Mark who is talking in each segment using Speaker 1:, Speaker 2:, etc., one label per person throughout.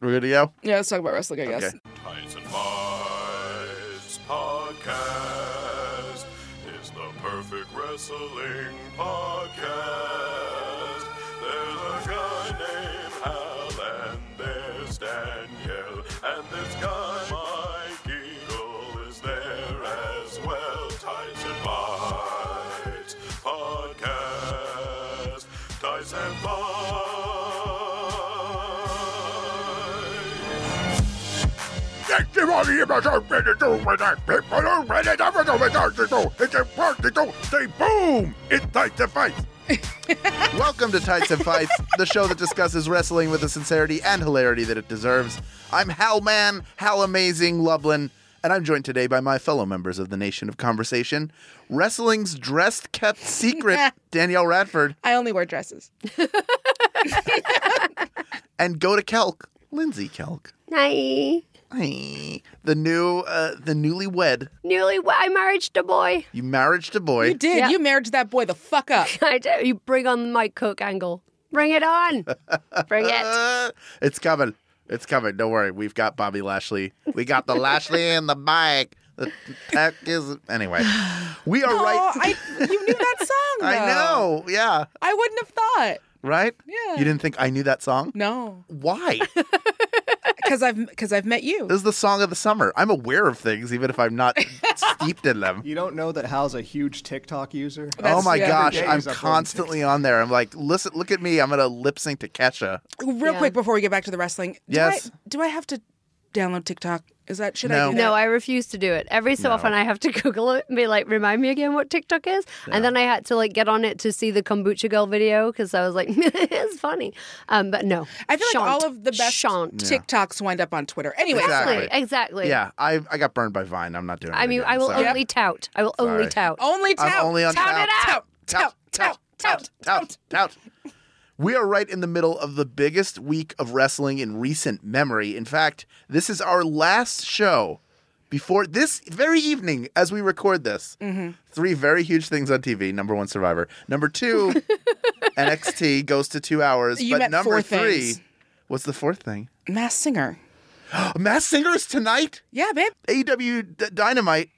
Speaker 1: We're good to go?
Speaker 2: Yeah, let's talk about wrestling, I guess.
Speaker 1: Okay.
Speaker 3: Tights and Fights Podcast is the perfect wrestling podcast. There's a guy named Hal, and there's Danielle, and this guy Mike Eagle is there as well. Tights and Fights Podcast. Tights and Fights.
Speaker 4: That's the only episode ready to do when I people are ready to have a without to do. It's important to say boom. It's time to fight.
Speaker 1: Welcome to Tights and Fights, the show that discusses wrestling with the sincerity and hilarity that it deserves. I'm Hal Man, Hal Amazing Lublin, and I'm joined today by my fellow members of the Nation of Conversation, wrestling's dressed kept secret, Danielle Radford,
Speaker 2: I only wear dresses.
Speaker 1: and go to Kelk, Lindsay Kelk.
Speaker 5: Nay.
Speaker 1: Hey, the new, uh, the newlywed.
Speaker 5: Nearly, wa- I married a boy.
Speaker 1: You married a boy.
Speaker 2: You did.
Speaker 5: Yeah.
Speaker 2: You married that boy the fuck up.
Speaker 5: I do. You bring on my cook angle. Bring it on. bring it.
Speaker 1: Uh, it's coming. It's coming. Don't worry. We've got Bobby Lashley. We got the Lashley in the bike. The tech is anyway. We are
Speaker 2: Oh,
Speaker 1: right.
Speaker 2: I, you knew that song.
Speaker 1: I
Speaker 2: though.
Speaker 1: know. Yeah.
Speaker 2: I wouldn't have thought.
Speaker 1: Right.
Speaker 2: Yeah.
Speaker 1: You didn't think I knew that song?
Speaker 2: No,
Speaker 1: Why?
Speaker 2: because I've because I've met you.
Speaker 1: this is the song of the summer. I'm aware of things, even if I'm not steeped in them.
Speaker 6: You don't know that Hal's a huge TikTok user?
Speaker 1: oh
Speaker 2: That's-
Speaker 1: my
Speaker 2: yeah.
Speaker 1: gosh!
Speaker 6: Every day
Speaker 1: I'm
Speaker 6: he's uploading
Speaker 1: constantly on there. I'm like, listen, look at me. I'm gonna lip sync to Kesha.
Speaker 2: Real
Speaker 5: Yeah.
Speaker 2: quick before we get back to the wrestling. Do
Speaker 1: Yes.
Speaker 2: I, do I have to download TikTok? Is that should
Speaker 1: No.
Speaker 2: I? Do that?
Speaker 5: No, I refuse to do it. Every so often, I have to Google it and be like, remind me again what TikTok is. And then I had to like get on it to see the kombucha girl video because I was like, it's funny. Um, but no,
Speaker 2: I feel like all of the best
Speaker 5: shan't.
Speaker 2: TikToks wind up on Twitter. Anyway,
Speaker 1: Exactly.
Speaker 5: Exactly. Exactly.
Speaker 1: Yeah, I I got burned by Vine. I'm not doing. it
Speaker 5: I mean,
Speaker 1: again,
Speaker 5: I will
Speaker 1: sorry.
Speaker 5: only tout. I will
Speaker 1: Sorry.
Speaker 5: only tout.
Speaker 2: only tout.
Speaker 1: I'm only on
Speaker 2: tout,
Speaker 1: tout.
Speaker 2: it out. Tout, tout, tout, tout.
Speaker 1: tout. We are right in the middle of the biggest week of wrestling in recent memory. In fact, this is our last show before this very evening as we record this.
Speaker 2: Mm-hmm.
Speaker 1: Three very huge things on TV. Number one, Survivor. Number two, NXT goes to two hours.
Speaker 2: You
Speaker 1: but
Speaker 2: meant
Speaker 1: number
Speaker 2: four
Speaker 1: three,
Speaker 2: things.
Speaker 1: what's the fourth thing?
Speaker 2: Mass Singer.
Speaker 1: Mass Singers tonight.
Speaker 2: Yeah, babe.
Speaker 1: AEW E D- Dynamite.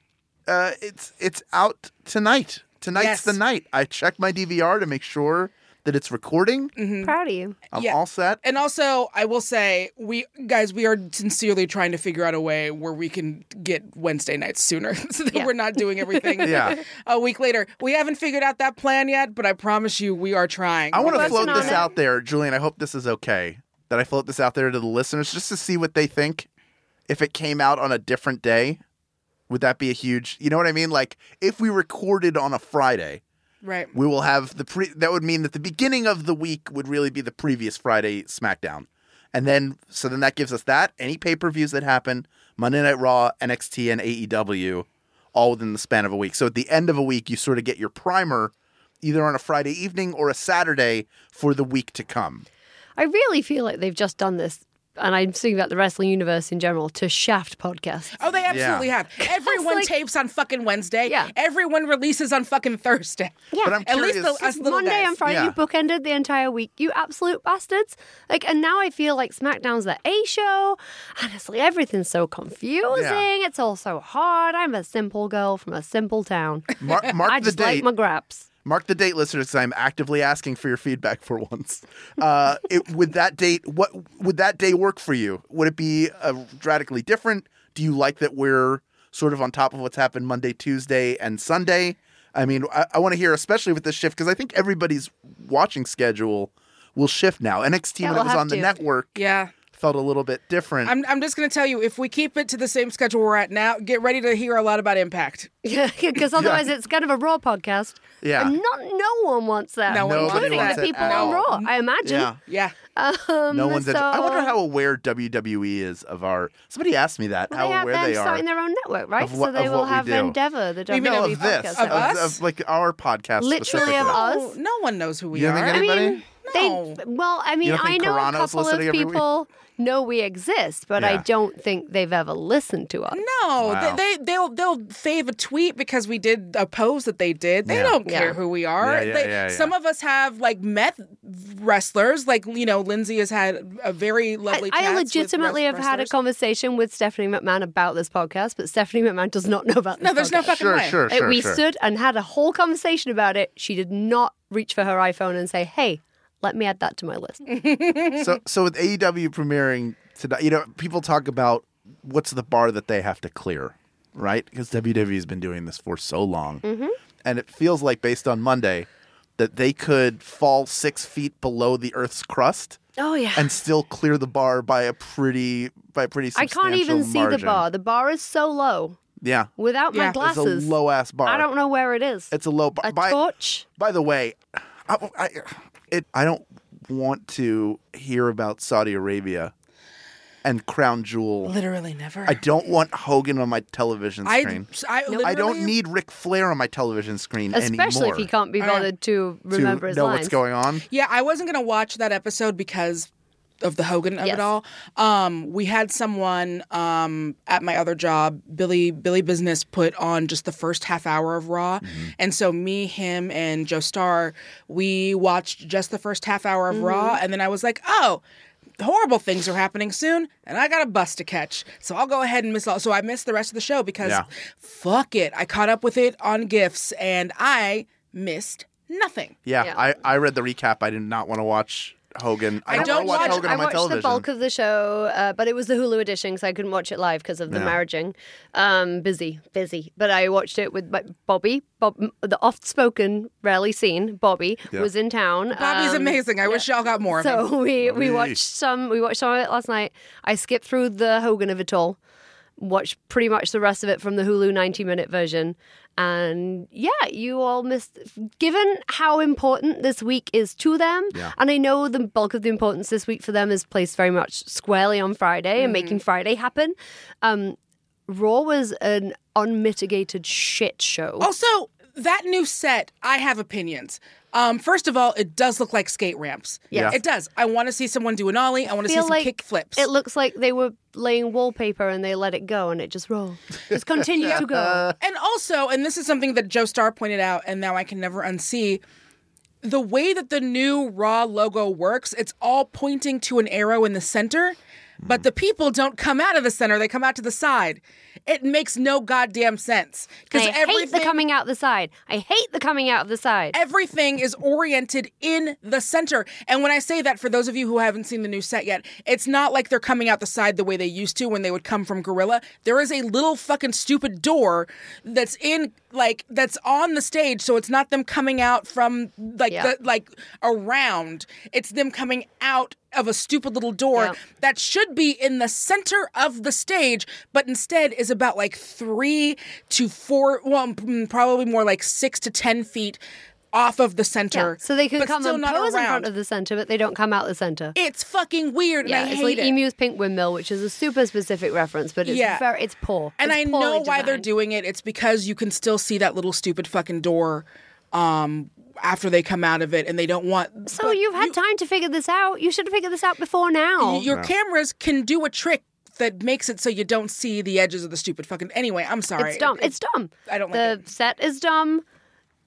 Speaker 1: Uh, it's it's out tonight. Tonight's
Speaker 2: Yes.
Speaker 1: the night. I checked my DVR to make sure that it's recording.
Speaker 5: Proud of you.
Speaker 1: I'm
Speaker 2: Mm-hmm. Yeah.
Speaker 1: all set.
Speaker 2: And also, I will say, we guys, we are sincerely trying to figure out a way where we can get Wednesday nights sooner, so that
Speaker 5: Yeah.
Speaker 2: we're not doing everything
Speaker 1: Yeah.
Speaker 2: a week later. We haven't figured out that plan yet, but I promise you, we are trying.
Speaker 1: I want to
Speaker 5: We're
Speaker 1: float
Speaker 5: working on
Speaker 1: this
Speaker 5: it.
Speaker 1: out there, Julian. I hope this is okay that I float this out there to the listeners just to see what they think. If it came out on a different day, would that be a huge? You know what I mean? Like if we recorded on a Friday,
Speaker 2: right.
Speaker 1: we will have the pre. That would mean that the beginning of the week would really be the previous Friday SmackDown, and then so then that gives us that any pay per views that happen Monday Night Raw, NXT, and AEW, all within the span of a week. So at the end of a week, you sort of get your primer, either on a Friday evening or a Saturday for the week to come.
Speaker 5: I really feel like they've just done this, and I'm thinking about the wrestling universe in general, to shaft podcasts.
Speaker 2: Oh, they absolutely have. Everyone
Speaker 5: like-
Speaker 2: tapes on fucking Wednesday.
Speaker 5: Yeah.
Speaker 2: Everyone releases on fucking Thursday.
Speaker 5: Yeah.
Speaker 1: But I'm
Speaker 2: At least
Speaker 1: curious.
Speaker 2: the- us little
Speaker 5: Monday
Speaker 2: guys.
Speaker 5: and Friday,
Speaker 1: Yeah.
Speaker 5: you bookended the entire week, you absolute bastards. Like, and now I feel like SmackDown's the A show. Honestly, everything's so confusing. It's all so hard. I'm a simple girl from a simple town.
Speaker 1: Mar- mark
Speaker 5: I
Speaker 1: the
Speaker 5: just
Speaker 1: date.
Speaker 5: like my graps.
Speaker 1: Mark the date, listeners, 'cause I'm actively asking for your feedback for once. Uh, it, would that date what would that day work for you? Would it be uh, radically different? Do you like that we're sort of on top of what's happened Monday, Tuesday, and Sunday? I mean, I, I want to hear, especially with this shift, because I think everybody's watching schedule will shift now. NXT
Speaker 5: Yeah,
Speaker 1: when
Speaker 5: we'll
Speaker 1: it was
Speaker 5: have
Speaker 1: on the
Speaker 5: to.
Speaker 1: network
Speaker 2: Yeah.
Speaker 1: felt a little bit different.
Speaker 2: I'm, I'm just going to tell you if we keep it to the same schedule we're at now, get ready to hear a lot about Impact.
Speaker 5: Yeah, because otherwise it's kind of a raw podcast.
Speaker 1: Yeah.
Speaker 5: And not no one wants that.
Speaker 2: No one Nobody
Speaker 5: including
Speaker 2: wants
Speaker 5: the
Speaker 2: it
Speaker 5: people
Speaker 1: at
Speaker 5: on
Speaker 1: all.
Speaker 5: Raw, I imagine.
Speaker 1: yeah.
Speaker 2: Yeah.
Speaker 5: Um,
Speaker 1: No one's.
Speaker 5: so...
Speaker 1: at I wonder how aware WWE is of our. Somebody asked me that.
Speaker 5: Well,
Speaker 1: how
Speaker 5: they have
Speaker 1: aware
Speaker 5: them
Speaker 1: they are.
Speaker 5: starting their own network, right?
Speaker 1: of what-
Speaker 5: so they
Speaker 1: of
Speaker 5: will
Speaker 1: what we
Speaker 5: have
Speaker 1: do.
Speaker 5: Endeavor, the WWE
Speaker 2: mean
Speaker 1: no,
Speaker 2: Maybe
Speaker 1: of this,
Speaker 5: podcast.
Speaker 1: of,
Speaker 2: network. Of
Speaker 1: of,
Speaker 2: us?
Speaker 1: like our podcast,
Speaker 5: Literally
Speaker 1: specifically.
Speaker 5: of us.
Speaker 2: Oh, no one knows who we
Speaker 1: You
Speaker 2: are.
Speaker 1: don't think
Speaker 2: I mean,
Speaker 1: anybody?
Speaker 5: mean,
Speaker 2: No.
Speaker 5: They well, I mean,
Speaker 1: don't
Speaker 5: I
Speaker 1: think
Speaker 5: know
Speaker 1: Carano's
Speaker 5: a couple of
Speaker 1: listening every week?
Speaker 5: people know we exist, but I
Speaker 1: Yeah.
Speaker 5: don't think they've ever listened to us.
Speaker 2: No,
Speaker 1: Wow.
Speaker 2: they, they they'll they'll fave a tweet because we did a pose that they did. They
Speaker 1: Yeah.
Speaker 2: don't
Speaker 5: Yeah.
Speaker 2: care who we are.
Speaker 1: Yeah, yeah,
Speaker 2: They-
Speaker 1: yeah, yeah.
Speaker 2: Some of us have like met wrestlers. Like you know, Lindsay has had a very
Speaker 5: I,
Speaker 2: lovely.
Speaker 5: I
Speaker 2: chats with
Speaker 5: legitimately
Speaker 2: wres-
Speaker 5: have had a
Speaker 2: wrestlers.
Speaker 5: conversation with Stephanie McMahon about this podcast, but Stephanie McMahon does not know about this.
Speaker 2: No, there's no
Speaker 5: podcast.
Speaker 2: fucking
Speaker 1: Sure,
Speaker 2: way.
Speaker 1: sure,
Speaker 5: Uh,
Speaker 1: sure.
Speaker 5: we
Speaker 1: sure.
Speaker 5: stood and had a whole conversation about it. She did not reach for her iPhone and say, "Hey, let me add that to my list."
Speaker 1: Mm. so so with AEW premiering tonight, you know, people talk about what's the bar that they have to clear, right? Because WWE E has been doing this for so long,
Speaker 5: Mm-hmm.
Speaker 1: and it feels like based on Monday that they could fall six feet below the Earth's crust
Speaker 5: Oh yeah.
Speaker 1: and still clear the bar by a pretty by a pretty.
Speaker 5: I can't even
Speaker 1: substantial
Speaker 5: see the
Speaker 1: margin.
Speaker 5: bar. The bar is so low.
Speaker 1: Yeah,
Speaker 5: Without
Speaker 2: Yeah.
Speaker 5: my
Speaker 2: It's a
Speaker 1: it's a
Speaker 5: glasses,
Speaker 1: low ass bar.
Speaker 5: I don't know where it is.
Speaker 1: It's a low bar.
Speaker 5: a
Speaker 1: By-
Speaker 5: torch.
Speaker 1: By the way, I, I, it, I don't want to hear about Saudi Arabia and Crown Jewel.
Speaker 2: Literally never.
Speaker 1: I don't want Hogan on my television
Speaker 2: I,
Speaker 1: screen.
Speaker 2: I,
Speaker 1: I,
Speaker 2: literally-
Speaker 1: don't need Ric Flair on my television screen
Speaker 5: Especially
Speaker 1: anymore
Speaker 5: if you can't be
Speaker 2: I don't-
Speaker 5: bothered to
Speaker 1: to
Speaker 5: remember his
Speaker 1: know
Speaker 5: lines.
Speaker 1: what's going on.
Speaker 2: Yeah, I wasn't gonna watch that episode because of the Hogan of
Speaker 5: Yes.
Speaker 2: it all. Um, we had someone um, at my other job, Billy Billy Business, put on just the first half hour of Raw, and so me, him, and Joe Starr, we watched just the first half hour of Raw, and then I was like, oh. Horrible things are happening soon, and I got a bus to catch. So I'll go ahead and miss all. So I missed the rest of the show because
Speaker 1: Yeah.
Speaker 2: fuck it. I caught up with it on GIFs and I missed nothing.
Speaker 1: Yeah,
Speaker 5: Yeah.
Speaker 1: I, I read the recap. I did not want to watch Hogan. I,
Speaker 2: I
Speaker 1: wanna
Speaker 2: don't watch-
Speaker 1: Hogan
Speaker 5: I
Speaker 1: on my
Speaker 5: watched
Speaker 1: television.
Speaker 5: the bulk of the show, uh, but it was the Hulu edition because I couldn't watch it live because of the
Speaker 1: Yeah.
Speaker 5: marriaging. Um, busy, busy. But I watched it with my, Bobby. Bob, the oft-spoken, rarely seen Bobby
Speaker 1: Yeah.
Speaker 5: was in town.
Speaker 2: Bobby's
Speaker 5: um,
Speaker 2: amazing. I wish y'all got more of him.
Speaker 5: So we, we
Speaker 1: Bobby.
Speaker 5: watched some. We watched some of it last night. I skipped through the Hogan of it all. Watched pretty much the rest of it from the Hulu 90 minute version. And yeah, you all missed. Given how important this week is to them,
Speaker 1: Yeah.
Speaker 5: and I know the bulk of the importance this week for them is placed very much squarely on Friday and making Friday happen. Um, Raw was an unmitigated shit show.
Speaker 2: Also, that new set, I have opinions. Um, first of all, it does look like skate ramps.
Speaker 1: Yes.
Speaker 2: It does. I want to see someone do an ollie. I want to see
Speaker 5: feel
Speaker 2: some
Speaker 5: like
Speaker 2: kick flips.
Speaker 5: It looks like they were laying wallpaper and they let it go and it just rolled. Just continued to go.
Speaker 2: and also, and this is something that Joe Starr pointed out, and now I can never unsee. The way that the new Raw logo works, it's all pointing to an arrow in the center, but the people don't come out of the center; they come out to the side. It makes no goddamn sense
Speaker 5: I
Speaker 2: because
Speaker 5: hate the
Speaker 2: everything
Speaker 5: coming out the side. I hate the coming out of the side.
Speaker 2: everything is oriented in the center. And when I say that, for those of you who haven't seen the new set yet, it's not like they're coming out the side the way they used to when they would come from Gorilla. There is a little fucking stupid door that's in like that's on the stage, so it's not them coming out from like
Speaker 5: Yeah.
Speaker 2: the, like around. It's them coming out of a stupid little door
Speaker 5: Yeah.
Speaker 2: that should be in the center of the stage, but instead is about like three to four, well, mm, probably more like six to ten feet off of the center.
Speaker 5: So they can
Speaker 2: but
Speaker 5: come
Speaker 2: still
Speaker 5: and
Speaker 2: not
Speaker 5: pose in front
Speaker 2: around.
Speaker 5: of the center, but they don't come out the center.
Speaker 2: It's fucking weird,
Speaker 5: yeah,
Speaker 2: and I
Speaker 5: it's
Speaker 2: hate
Speaker 5: like
Speaker 2: it.
Speaker 5: Emu's Pink Windmill, which is a super specific reference, but it's
Speaker 2: Yeah.
Speaker 5: very it's poor.
Speaker 2: and
Speaker 5: It's
Speaker 2: I
Speaker 5: poorly
Speaker 2: know why they're
Speaker 5: designed.
Speaker 2: doing it. It's because you can still see that little stupid fucking door um, after they come out of it, and they don't want.
Speaker 5: So you've had time to figure this out. You should have figured this out before now.
Speaker 2: your cameras can do a trick that makes it so you don't see the edges of the stupid fucking. Anyway, I'm sorry.
Speaker 5: It's dumb. It's dumb.
Speaker 2: I don't
Speaker 5: the
Speaker 2: like it.
Speaker 5: set is dumb.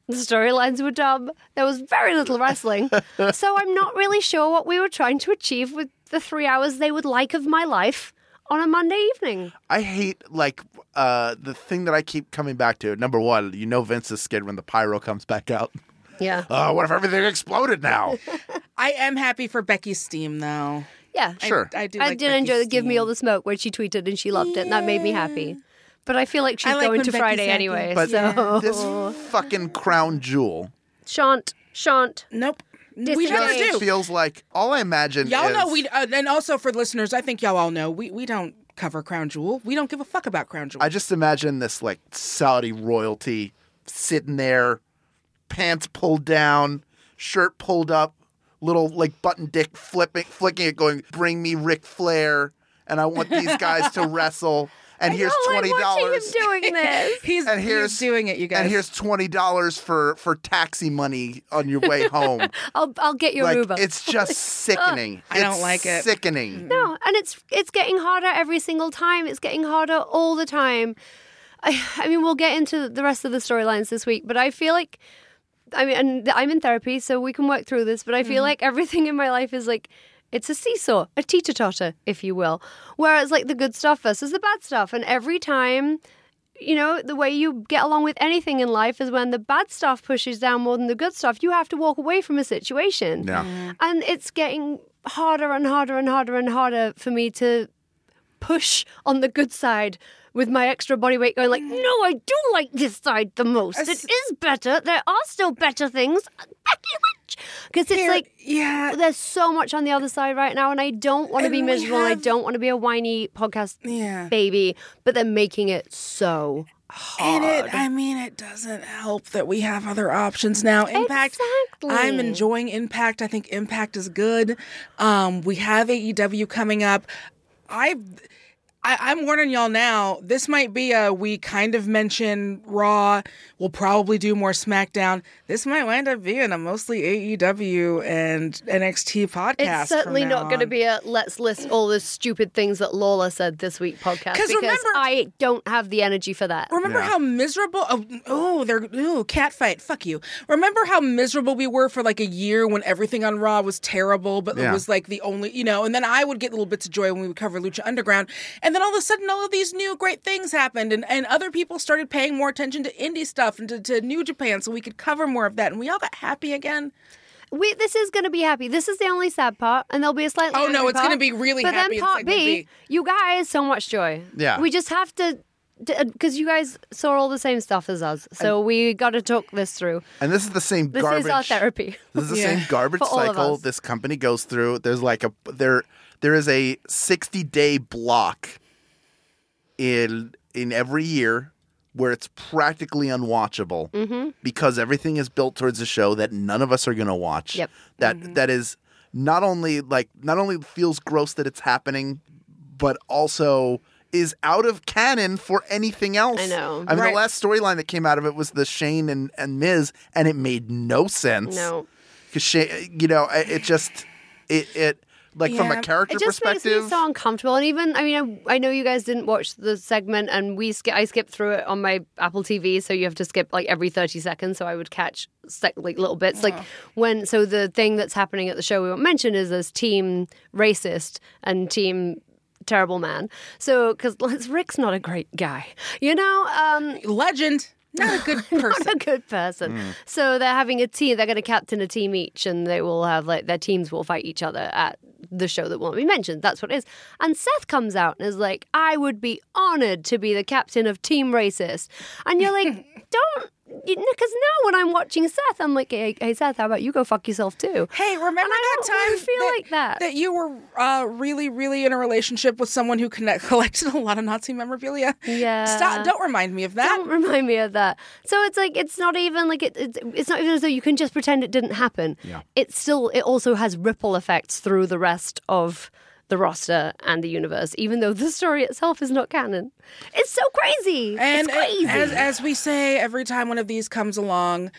Speaker 5: The storylines were dumb. There was very little wrestling. so I'm not really sure what we were trying to achieve with the three hours they would like of my life on a Monday evening.
Speaker 1: I hate like uh, the thing that I keep coming back to. Number one, you know Vince is scared when the pyro comes back out.
Speaker 5: Yeah.
Speaker 1: Uh, what if everything exploded now?
Speaker 2: I am happy for Becky's steam though.
Speaker 5: yeah.
Speaker 2: I-
Speaker 1: Sure.
Speaker 2: I, do.
Speaker 5: I
Speaker 2: like
Speaker 5: did
Speaker 2: Becky's
Speaker 5: enjoy the Give Me
Speaker 2: steam.
Speaker 5: All the Smoke when she tweeted and she loved it, and that made me happy. But I feel like she's
Speaker 2: I like
Speaker 5: going
Speaker 2: when
Speaker 5: to
Speaker 2: Becky's
Speaker 5: Friday
Speaker 2: happy.
Speaker 5: anyway.
Speaker 1: But
Speaker 5: so
Speaker 1: this fucking crown jewel
Speaker 5: Shant, Shant.
Speaker 2: Nope. We never
Speaker 5: Disengage.
Speaker 2: do.
Speaker 1: just feels like all I imagine.
Speaker 2: Y'all
Speaker 1: is,
Speaker 2: know we, uh, and also for listeners, I think y'all all know we we don't cover Crown Jewel. We don't give a fuck about Crown Jewel.
Speaker 1: I just imagine this like Saudi royalty sitting there, pants pulled down, shirt pulled up, little like button dick flipping, flicking it, going, "Bring me Ric Flair," and I want these guys to wrestle. and here's
Speaker 5: Don't
Speaker 1: twenty
Speaker 5: like watching
Speaker 1: dollars.
Speaker 5: him doing this.
Speaker 2: He's,
Speaker 1: And here's-
Speaker 2: he's doing it, you guys.
Speaker 1: And here's twenty dollars for for taxi money on your way home.
Speaker 5: I'll I'll get you a
Speaker 1: like
Speaker 5: Uber.
Speaker 1: it's just sickening.
Speaker 2: I don't
Speaker 1: It's
Speaker 2: like it.
Speaker 1: Sickening.
Speaker 5: No, and it's it's getting harder every single time. It's getting harder all the time. I, I mean, we'll get into the rest of the storylines this week, but I feel like I mean, and I'm in therapy, so we can work through this. But I feel like everything in my life is like it's a seesaw, a teeter totter, if you will, where it's like the good stuff versus the bad stuff, and every time. You know, the way you get along with anything in life is when the bad stuff pushes down more than the good stuff. You have to walk away from a situation.
Speaker 1: Yeah.
Speaker 5: And it's getting harder and harder and harder and harder for me to push on the good side with my extra body weight going like, no, I do like this side the most. It
Speaker 2: s-
Speaker 5: is better. There are still better things. Because it's
Speaker 2: Here-
Speaker 5: like
Speaker 2: yeah,
Speaker 5: there's so much on the other side right now, and I don't want to be
Speaker 2: And we
Speaker 5: miserable. and I
Speaker 2: have-
Speaker 5: don't want to be a whiny podcast
Speaker 2: yeah.
Speaker 5: baby, but they're making it so
Speaker 2: And
Speaker 5: hard.
Speaker 2: it, I mean, it doesn't help that we have other options now. Impact, I'm
Speaker 5: Exactly.
Speaker 2: enjoying Impact. I think Impact is good. Um, we have AEW coming up. I've, I, I'm warning y'all now. This might be a we kind of mention Raw. We'll probably do more SmackDown. This might wind up being a mostly AEW and NXT podcast.
Speaker 5: It's certainly not going
Speaker 2: to
Speaker 5: to be a let's list all the stupid things that Lola said this week podcast
Speaker 2: 'Cause
Speaker 5: because
Speaker 2: remember-
Speaker 5: I don't have the energy for that.
Speaker 2: Remember
Speaker 1: Yeah.
Speaker 2: how miserable? Oh, oh, they're ooh, cat fight. Fuck you. Remember how miserable we were for like a year when everything on Raw was terrible, but
Speaker 1: Yeah.
Speaker 2: it was like the only, you know. And then I would get little bits of joy when we would cover Lucha Underground, and then all of a sudden, all of these new great things happened, and and other people started paying more attention to indie stuff and to, to New Japan, so we could cover more of that, and we all got happy again.
Speaker 5: We, this is going to be happy. This is the only sad part, and there'll be a slightly.
Speaker 2: Oh, no,
Speaker 5: angry
Speaker 2: it's gonna
Speaker 5: part.
Speaker 2: be really
Speaker 5: But
Speaker 2: happy
Speaker 5: then
Speaker 2: in
Speaker 5: part
Speaker 2: segment
Speaker 5: B,
Speaker 2: B.
Speaker 5: you guys, so much joy.
Speaker 1: Yeah.
Speaker 5: we just have to. Because you guys saw all the same stuff as us, so we got to talk this through.
Speaker 1: And this is the same
Speaker 5: This
Speaker 1: garbage.
Speaker 5: is our therapy.
Speaker 1: This is the
Speaker 2: Yeah.
Speaker 1: same garbage
Speaker 5: For all of
Speaker 1: cycle
Speaker 5: us.
Speaker 1: this company goes through. There's like a there there is a 60 day block in in every year where it's practically unwatchable
Speaker 5: Mm-hmm.
Speaker 1: because everything is built towards a show that none of us are going to watch.
Speaker 5: Yep. Mm-hmm.
Speaker 1: That that is not only like not only feels gross that it's happening but also is out of canon for anything else.
Speaker 5: I know.
Speaker 1: I mean,
Speaker 2: Right.
Speaker 1: the last storyline that came out of it was the Shane and, and Miz, and it made no sense
Speaker 5: No,
Speaker 1: because she, you know, I- it just, it, it, like from
Speaker 2: Yeah.
Speaker 1: a character
Speaker 5: it just
Speaker 1: perspective,
Speaker 5: makes me so uncomfortable. And even, I mean, I, I know you guys didn't watch the segment, and we sk- I skipped through it on my Apple TV, so you have to skip like every thirty seconds. So I would catch sec- like little bits, like when. So the thing that's happening at the show we won't mention is there's team racist and team terrible man. So because Rick's not a great guy, you know. Um,
Speaker 2: Legend, not a good person. Hmm.
Speaker 5: not a good person. So they're having a team. They're going to captain a team each, and they will have like their teams will fight each other at the show that won't be mentioned. That's what it is. And Seth comes out and is like, "I would be honored to be the captain of Team Racist," and you're like, "Don't." Because now when I'm watching Seth, I'm like, hey, hey, Seth, how about you go fuck yourself too?"
Speaker 2: Hey, remember
Speaker 5: And
Speaker 2: that
Speaker 5: I don't
Speaker 2: time
Speaker 5: really feel
Speaker 2: that,
Speaker 5: like that.
Speaker 2: that you were uh, really, really in a relationship with someone who connect, collected a lot of Nazi memorabilia.
Speaker 5: Yeah.
Speaker 2: Stop! Don't remind me of that.
Speaker 5: Don't remind me of that. So it's like it's not even like it, it's it's not even as though you can just pretend it didn't happen. Yeah. It's still it also has ripple effects through the rest of the roster and the universe, even though the story itself is not canon. It's so crazy.
Speaker 2: and uh,
Speaker 5: it's crazy.
Speaker 2: as as we say every time one of these comes along,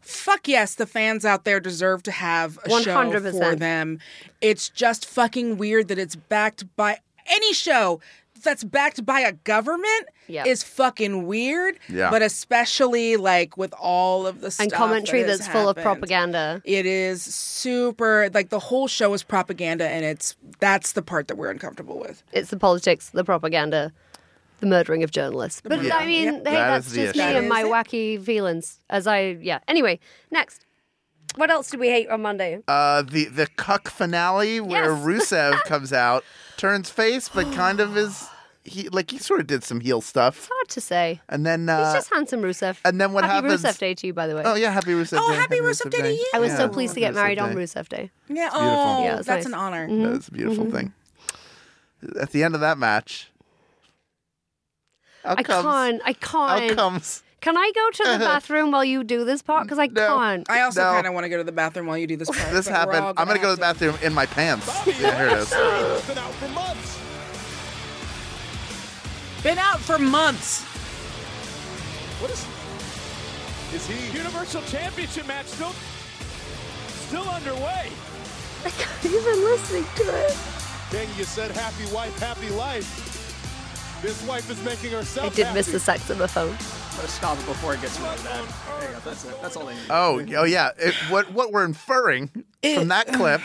Speaker 2: fuck yes, the fans out there deserve to have a show
Speaker 5: 100%.
Speaker 2: for them. It's just fucking weird that it's backed by any show that's backed by a government
Speaker 5: Yep.
Speaker 2: is fucking weird.
Speaker 1: Yeah.
Speaker 2: But especially like with all of the stuff
Speaker 5: and commentary
Speaker 2: that has
Speaker 5: that's full of
Speaker 2: happened.
Speaker 5: propaganda.
Speaker 2: It is super like the whole show is propaganda and it's that's the part that we're uncomfortable with.
Speaker 5: It's the politics, the propaganda, the murdering of journalists. But
Speaker 1: murder-
Speaker 5: I mean,
Speaker 2: Yeah.
Speaker 5: hey,
Speaker 1: That
Speaker 5: that's
Speaker 1: is the
Speaker 5: just
Speaker 1: issue.
Speaker 5: me
Speaker 2: That
Speaker 5: and my
Speaker 2: is it.
Speaker 5: wacky feelings. As I yeah. Anyway, next. What else did we hate on Monday?
Speaker 1: uh, the the cuck finale where Rusev comes out, turns face, but kind of is he like he sort of did some heel stuff,
Speaker 5: Hard to say.
Speaker 1: and then
Speaker 5: He's
Speaker 1: uh,
Speaker 5: just handsome, Rusev.
Speaker 1: and then what
Speaker 5: happy
Speaker 1: happens-
Speaker 5: Rusev Day to you, by the way.
Speaker 1: oh yeah, happy Rusev.
Speaker 2: Oh,
Speaker 1: Day,
Speaker 2: happy Rusev Day to you.
Speaker 5: I was
Speaker 1: Yeah,
Speaker 5: so pleased to get
Speaker 1: Rusev
Speaker 5: married on
Speaker 1: Day.
Speaker 5: Rusev Day.
Speaker 2: Yeah,
Speaker 1: beautiful.
Speaker 2: oh,
Speaker 5: Yeah, it's
Speaker 2: that's
Speaker 5: nice. Mm.
Speaker 2: an honor.
Speaker 1: That is a beautiful thing. At the end of that match, out
Speaker 5: I
Speaker 1: comes,
Speaker 5: can't. I
Speaker 1: out
Speaker 5: can't.
Speaker 1: comes. Uh-huh.
Speaker 5: Can I go to the bathroom while you do this part? Because I
Speaker 1: No.
Speaker 5: can't.
Speaker 2: I also
Speaker 1: No.
Speaker 2: kind of want to go to the bathroom while you do this. Part,
Speaker 1: This
Speaker 2: but we're
Speaker 1: happened.
Speaker 2: all
Speaker 1: I'm gonna go to the
Speaker 2: have
Speaker 1: bathroom in my pants. Yeah, here it is.
Speaker 4: Been out for months.
Speaker 2: Been out for months.
Speaker 7: What is? Is he Universal Championship match still still underway?
Speaker 5: I can't even listening to it.
Speaker 7: Dang, you said happy wife, happy life. This wife is making herself.
Speaker 5: I did
Speaker 7: happy.
Speaker 5: miss the saxophone.
Speaker 6: Gotta stop it before it gets really bad. There you go. That's it. That's all they need.
Speaker 1: Oh, oh yeah. It, what what we're inferring
Speaker 2: It-
Speaker 1: from that clip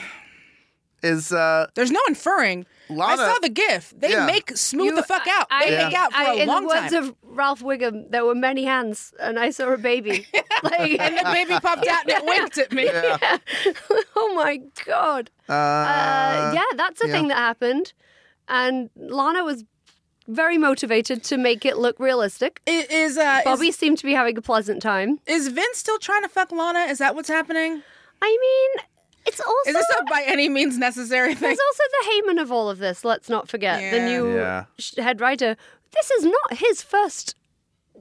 Speaker 1: is uh
Speaker 2: There's no inferring.
Speaker 1: Lana-
Speaker 2: I saw the gif. They
Speaker 1: Yeah.
Speaker 2: make smooth
Speaker 5: You-
Speaker 2: the fuck out.
Speaker 5: I-
Speaker 2: They
Speaker 5: I-
Speaker 2: make out for
Speaker 5: I-
Speaker 2: a long
Speaker 5: In the words
Speaker 2: time.
Speaker 5: of Ralph Wiggum, there were many hands, and I saw a baby. like,
Speaker 2: and the baby popped out and it winked at me.
Speaker 5: oh my god.
Speaker 1: uh,
Speaker 5: uh, yeah, that's a
Speaker 1: yeah.
Speaker 5: thing that happened. And Lana was very motivated to make it look realistic.
Speaker 2: I- Is uh,
Speaker 5: Bobby seemed to be having a pleasant time.
Speaker 2: is, is Vince still trying to fuck Lana? Is that what's happening?
Speaker 5: I mean, it's also
Speaker 2: Is this a by any means necessary thing?
Speaker 5: there's also the Heyman of all of this. Let's not forget the
Speaker 2: Yeah.
Speaker 5: new
Speaker 1: Yeah.
Speaker 5: sh- head writer. This is not his first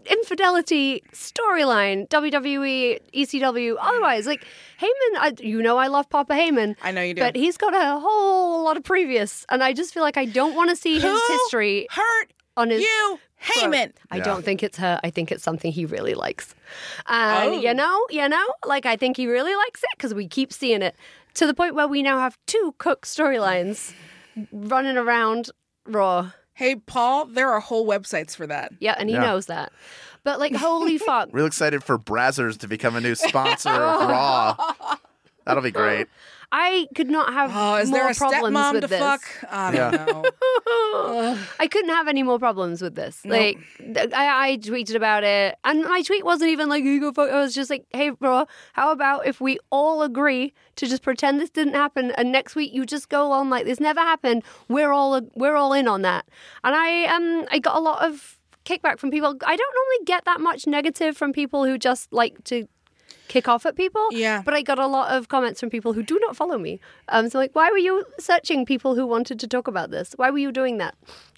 Speaker 5: infidelity storyline. E, WWE, ECW, otherwise, like Heyman. I, you know, I love Papa Heyman.
Speaker 2: I know you do.
Speaker 5: But he's got a whole lot of previous, and I just feel like I don't want to see his
Speaker 2: Who
Speaker 5: history
Speaker 2: hurt
Speaker 5: on his.
Speaker 2: you, Heyman.
Speaker 5: I don't think it's her. I think it's something he really likes. And
Speaker 2: Oh.
Speaker 5: you know, you know, like I think he really likes it because we keep seeing it to the point where we now have two Cook storylines running around Raw.
Speaker 2: Hey, Paul, there are whole websites for that.
Speaker 5: Yeah, and he
Speaker 1: Yeah.
Speaker 5: knows that. But like, holy fuck.
Speaker 1: Real excited for Brazzers to become a new sponsor of Raw. That'll be great.
Speaker 5: I could not have
Speaker 2: Oh, is
Speaker 5: more
Speaker 2: there a
Speaker 5: problems
Speaker 2: stepmom
Speaker 5: with
Speaker 2: to
Speaker 5: this.
Speaker 2: fuck? I don't
Speaker 1: Yeah.
Speaker 2: know.
Speaker 5: I couldn't have any more problems with this. Like, th- I, I tweeted about it, and my tweet wasn't even like you go fuck. I was just like, hey, bro, how about if we all agree to just pretend this didn't happen, and next week you just go on like this never happened. We're all we're all in on that. And I um I got a lot of kickback from people. I don't normally get that much negative from people who just like to kick off at people.
Speaker 2: Yeah.
Speaker 5: But I got a lot of comments from people who do not follow me. Um, so like, why were you searching people who wanted to talk about this? Why were you doing that?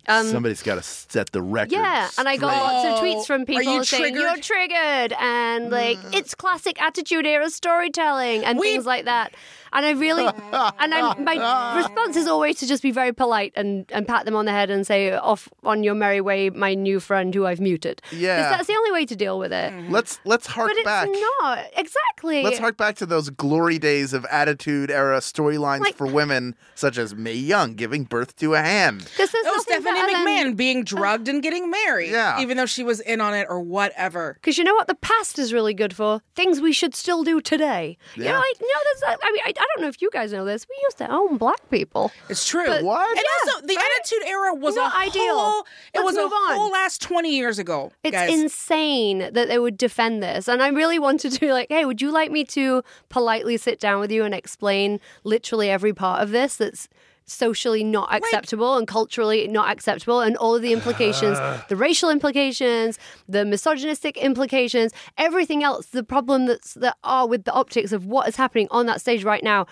Speaker 1: Somebody's got to set the record.
Speaker 5: Yeah, and I got lots
Speaker 2: Oh,
Speaker 5: of tweets from
Speaker 2: are
Speaker 5: people
Speaker 2: you
Speaker 5: saying
Speaker 2: triggered? Mm.
Speaker 5: you're triggered and like it's classic attitude era storytelling and
Speaker 2: We-
Speaker 5: things like that. And I really and I, my response is always to just be very polite and, and pat them on the head and say off on your merry way, my new friend who I've muted. 'Cause
Speaker 1: Yeah.
Speaker 5: that's the only way to deal with it.
Speaker 2: Mm-hmm.
Speaker 1: Let's let's hark
Speaker 5: But it's
Speaker 1: back.
Speaker 5: not exactly.
Speaker 1: Let's hark back to those glory days of attitude era storylines
Speaker 5: Like-
Speaker 1: for women, such as Mae Young giving birth to a hand.
Speaker 5: 'Cause there's
Speaker 2: Oh,
Speaker 5: nothing
Speaker 2: Stephanie
Speaker 5: better
Speaker 2: McMahon
Speaker 5: than-
Speaker 2: being drugged and getting married.
Speaker 1: Yeah.
Speaker 2: Even though she was in on it or whatever.
Speaker 5: Because you know what the past is really good for? Things we should still do today. You
Speaker 1: Yeah.
Speaker 5: know, like, no, that's, I mean, I, I don't know if you guys know this. We used to own black people.
Speaker 2: It's true.
Speaker 1: What?
Speaker 2: And
Speaker 1: Yeah,
Speaker 2: also, the Attitude Era was
Speaker 5: Not
Speaker 2: a
Speaker 5: ideal.
Speaker 2: Whole, it
Speaker 5: Let's
Speaker 2: was a
Speaker 5: move on.
Speaker 2: whole last 20 years ago.
Speaker 5: It's
Speaker 2: guys.
Speaker 5: insane that they would defend this. And I really wanted to be like, hey, would you like me to politely sit down with you and explain literally every part of this that's socially not acceptable and culturally not acceptable and all of the implications, the racial implications, the misogynistic implications, everything else, the problem that's that are with the optics of what is happening on that stage right now.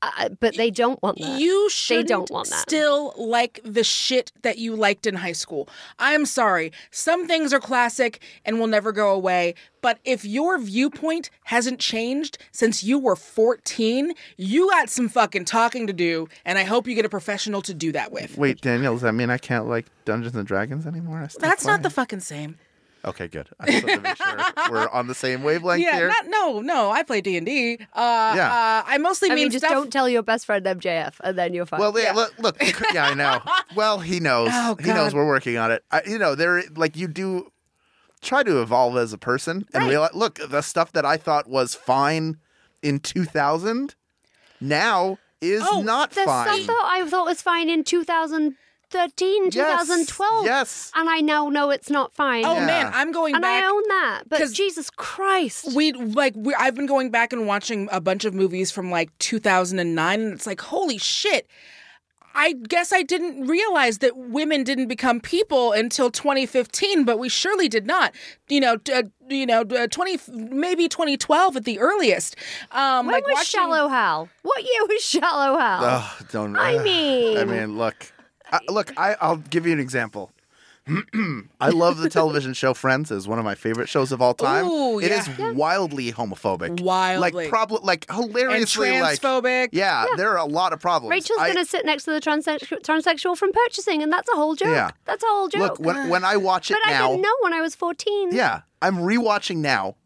Speaker 5: Uh, but they don't want that.
Speaker 2: You should
Speaker 5: don't want that.
Speaker 2: still like the shit that you liked in high school. I'm sorry. Some things are classic and will never go away. But if your viewpoint hasn't changed since you were 14, you got some fucking talking to do, and I hope you get a professional to do that with.
Speaker 1: Wait, Daniel, does that mean I can't like Dungeons and Dragons anymore? I still
Speaker 2: That's
Speaker 1: play.
Speaker 2: not the fucking same.
Speaker 1: Okay, good. I just wanted to make sure we're on the same wavelength
Speaker 2: Yeah,
Speaker 1: here.
Speaker 2: not no, no. I play D and D. Uh, uh, I mostly
Speaker 5: I
Speaker 2: mean,
Speaker 5: mean, just
Speaker 2: stuff.
Speaker 5: don't tell your best friend MJF and then you're fine.
Speaker 1: Well, yeah, look, look, yeah, I know. Well, he knows.
Speaker 2: Oh,
Speaker 1: he knows
Speaker 2: God.
Speaker 1: we're working on it. I, you know, there, like, you do try to evolve as a person and
Speaker 2: Right.
Speaker 1: realize. Look, the stuff that I thought was fine in 2000 now is
Speaker 2: Oh,
Speaker 1: not
Speaker 5: the
Speaker 1: fine.
Speaker 5: stuff that I thought was fine in 2013, 2012.
Speaker 1: Yes.
Speaker 5: And I now know it's not fine.
Speaker 2: oh
Speaker 1: Yeah.
Speaker 2: man, I'm going
Speaker 5: and
Speaker 2: back.
Speaker 5: I own that.
Speaker 2: 'Cause-
Speaker 5: But Jesus Christ.
Speaker 2: we like we I've been going back and watching a bunch of movies from like 2009 and it's like holy shit. I guess I didn't realize that women didn't become people until 2015, but we surely did not. You know, d- uh, you know, d- uh, 20 maybe 2012 at the earliest. Um
Speaker 5: when
Speaker 2: like
Speaker 5: was
Speaker 2: watching
Speaker 5: Shallow Hal? What year was Shallow Hal?
Speaker 1: Ugh, Oh, don't.
Speaker 5: I
Speaker 1: I
Speaker 5: mean-
Speaker 1: mean, look, I, look. I, I'll give you an example. I love the television show Friends. It's one of my favorite shows of all time.
Speaker 2: Ooh,
Speaker 1: It
Speaker 2: yeah.
Speaker 1: is wildly homophobic.
Speaker 2: Wildly.
Speaker 1: Like probably like
Speaker 2: and
Speaker 1: hilariously like
Speaker 2: transphobic.
Speaker 1: yeah, there are a lot of problems.
Speaker 5: Rachel's
Speaker 1: I-
Speaker 5: going to sit next to the transex- transsexual from purchasing, and that's a whole joke.
Speaker 1: Yeah.
Speaker 5: That's a whole joke.
Speaker 1: Look, when, when I watch it
Speaker 5: but
Speaker 1: now,
Speaker 5: I didn't know when I was 14.
Speaker 1: yeah, I'm rewatching now.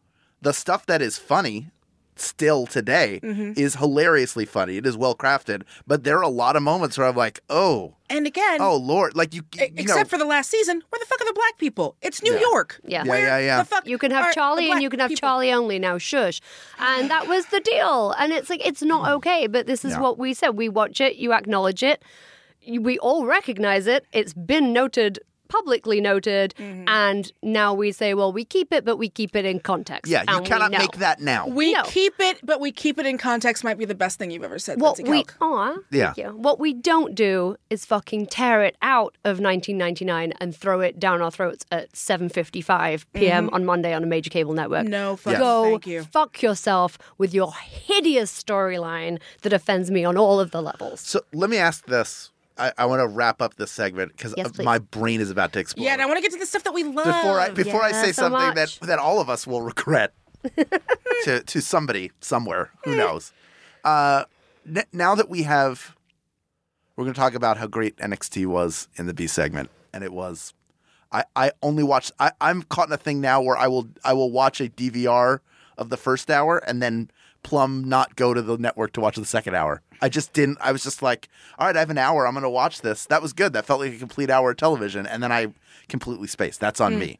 Speaker 1: The stuff that is funny still today
Speaker 2: Mm-hmm.
Speaker 1: is hilariously funny. It is well crafted, but there are a lot of moments where I'm like, "Oh,
Speaker 2: And again,
Speaker 1: oh lord." Like you, you
Speaker 2: e- except for the last season, where the fuck are the black people? It's New
Speaker 1: Yeah.
Speaker 2: York.
Speaker 5: Yeah. Yeah,
Speaker 2: Where
Speaker 1: yeah, yeah.
Speaker 2: The fuck
Speaker 5: You can
Speaker 2: are
Speaker 5: have
Speaker 2: the
Speaker 5: Charlie and
Speaker 2: black
Speaker 5: you can have
Speaker 2: people?
Speaker 5: Charlie only now. Shush. And that was the deal. And it's like, it's not okay. But this is
Speaker 1: Mm. Yeah.
Speaker 5: what we said. We watch it, you acknowledge it, you- we all recognize it. It's been noted, publicly noted.
Speaker 2: Mm-hmm.
Speaker 5: And now we say, well, we keep it, but we keep it in context.
Speaker 1: yeah, you
Speaker 5: and we
Speaker 1: cannot
Speaker 5: know.
Speaker 1: make that now.
Speaker 2: We
Speaker 5: No.
Speaker 2: keep it, but we keep it in context. Might be the best thing you've ever said.
Speaker 5: What
Speaker 2: Lindsay
Speaker 5: we
Speaker 2: Kelk.
Speaker 5: are,
Speaker 1: Yeah.
Speaker 5: thank you. What we don't do is fucking tear it out of 1999 and throw it down our throats at 7:55 p.m.
Speaker 2: Mm-hmm.
Speaker 5: on Monday on a major cable network.
Speaker 2: No fucking
Speaker 5: Go
Speaker 2: thank you.
Speaker 5: fuck yourself with your hideous storyline that offends me on all of the levels.
Speaker 1: So let me ask this. I, I want to wrap up this segment because
Speaker 5: Yes, please.
Speaker 1: my brain is about to explode.
Speaker 2: Yeah, and I want to get to the stuff that we love.
Speaker 1: before I before I
Speaker 5: Yeah,
Speaker 1: say
Speaker 5: so
Speaker 1: something
Speaker 5: much.
Speaker 1: that that all of us will regret to to somebody somewhere who knows. Uh, n- now that we have, we're going to talk about how great NXT was in the B segment, and it was. I, I only watched. I, I'm caught in a thing now where I will I will watch a DVR of the first hour and then plumb not go to the network to watch the second hour. I just didn't. I was just like, all right, I have an hour. I'm going to watch this. That was good. That felt like a complete hour of television, and then I completely spaced. That's on me.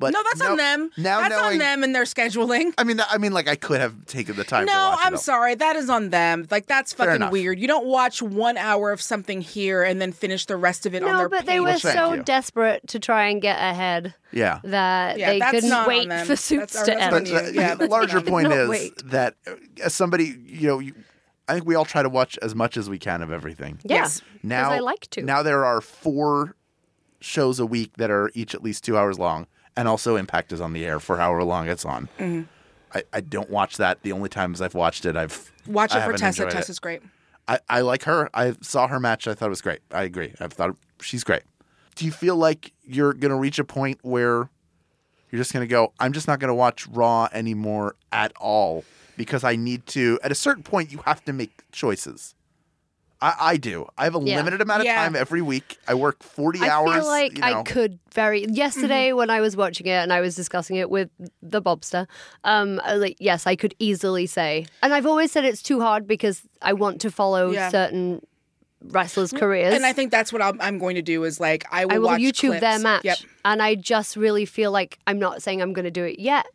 Speaker 1: But
Speaker 2: Hmm. no, that's
Speaker 1: now-
Speaker 2: on them.
Speaker 1: Now
Speaker 2: that's
Speaker 1: knowing-
Speaker 2: on them and their scheduling.
Speaker 1: I mean, that- I mean, like I could have taken the time. to
Speaker 2: No,
Speaker 1: watch it
Speaker 2: I'm
Speaker 1: all.
Speaker 2: sorry. That is on them. Like that's
Speaker 1: Fair
Speaker 2: fucking
Speaker 1: enough.
Speaker 2: weird. You don't watch one hour of something here and then finish the rest of it on
Speaker 5: No,
Speaker 2: their
Speaker 5: but they
Speaker 2: page.
Speaker 5: were
Speaker 1: thank
Speaker 5: so
Speaker 1: you.
Speaker 5: desperate to try and get ahead
Speaker 1: Yeah.
Speaker 5: that
Speaker 2: Yeah,
Speaker 5: they
Speaker 2: that's
Speaker 5: couldn't
Speaker 2: not on
Speaker 5: wait
Speaker 2: them.
Speaker 5: for
Speaker 2: That's-
Speaker 5: suits
Speaker 2: or
Speaker 5: to
Speaker 2: that's
Speaker 5: end.
Speaker 2: on
Speaker 1: But uh,
Speaker 2: you.
Speaker 1: the
Speaker 2: Yeah,
Speaker 1: the
Speaker 2: that's
Speaker 1: larger
Speaker 2: what I
Speaker 1: point
Speaker 5: mean.
Speaker 1: is
Speaker 5: No, wait.
Speaker 1: that uh, as somebody, you know, you, I think we all try to watch as much as we can of everything.
Speaker 5: Yeah.
Speaker 2: Yes.
Speaker 1: Now
Speaker 5: I like to.
Speaker 1: Now there are four shows a week that are each at least two hours long, and also Impact is on the air for however long it's on.
Speaker 2: Mm-hmm.
Speaker 1: I, I don't watch that. The only times I've watched it, I've
Speaker 2: Watch
Speaker 1: I
Speaker 2: it for
Speaker 1: haven't
Speaker 2: Tessa.
Speaker 1: enjoyed it.
Speaker 2: Tessa's great.
Speaker 1: I, I like her. I saw her match. I thought it was great. I agree. I thought she's great. Do you feel like you're going to reach a point where you're just going to go, I'm just not going to watch Raw anymore at all because I need to, at a certain point, you have to make choices. I, I do. I have a
Speaker 5: Yeah.
Speaker 1: limited amount of
Speaker 2: Yeah.
Speaker 1: time every week. I work 40
Speaker 5: I
Speaker 1: hours.
Speaker 5: feel like
Speaker 1: you know.
Speaker 5: I could very. Yesterday, when I was watching it and I was discussing it with the Bobster, um, I was like yes, I could easily say, and I've always said it's too hard because I want to follow
Speaker 2: Yeah.
Speaker 5: certain wrestlers' careers.
Speaker 2: And I think that's what I'm, I'm going to do is like I will,
Speaker 5: I will
Speaker 2: watch
Speaker 5: YouTube
Speaker 2: clips.
Speaker 5: their match,
Speaker 2: Yep.
Speaker 5: and I just really feel like I'm not saying I'm going to do it yet.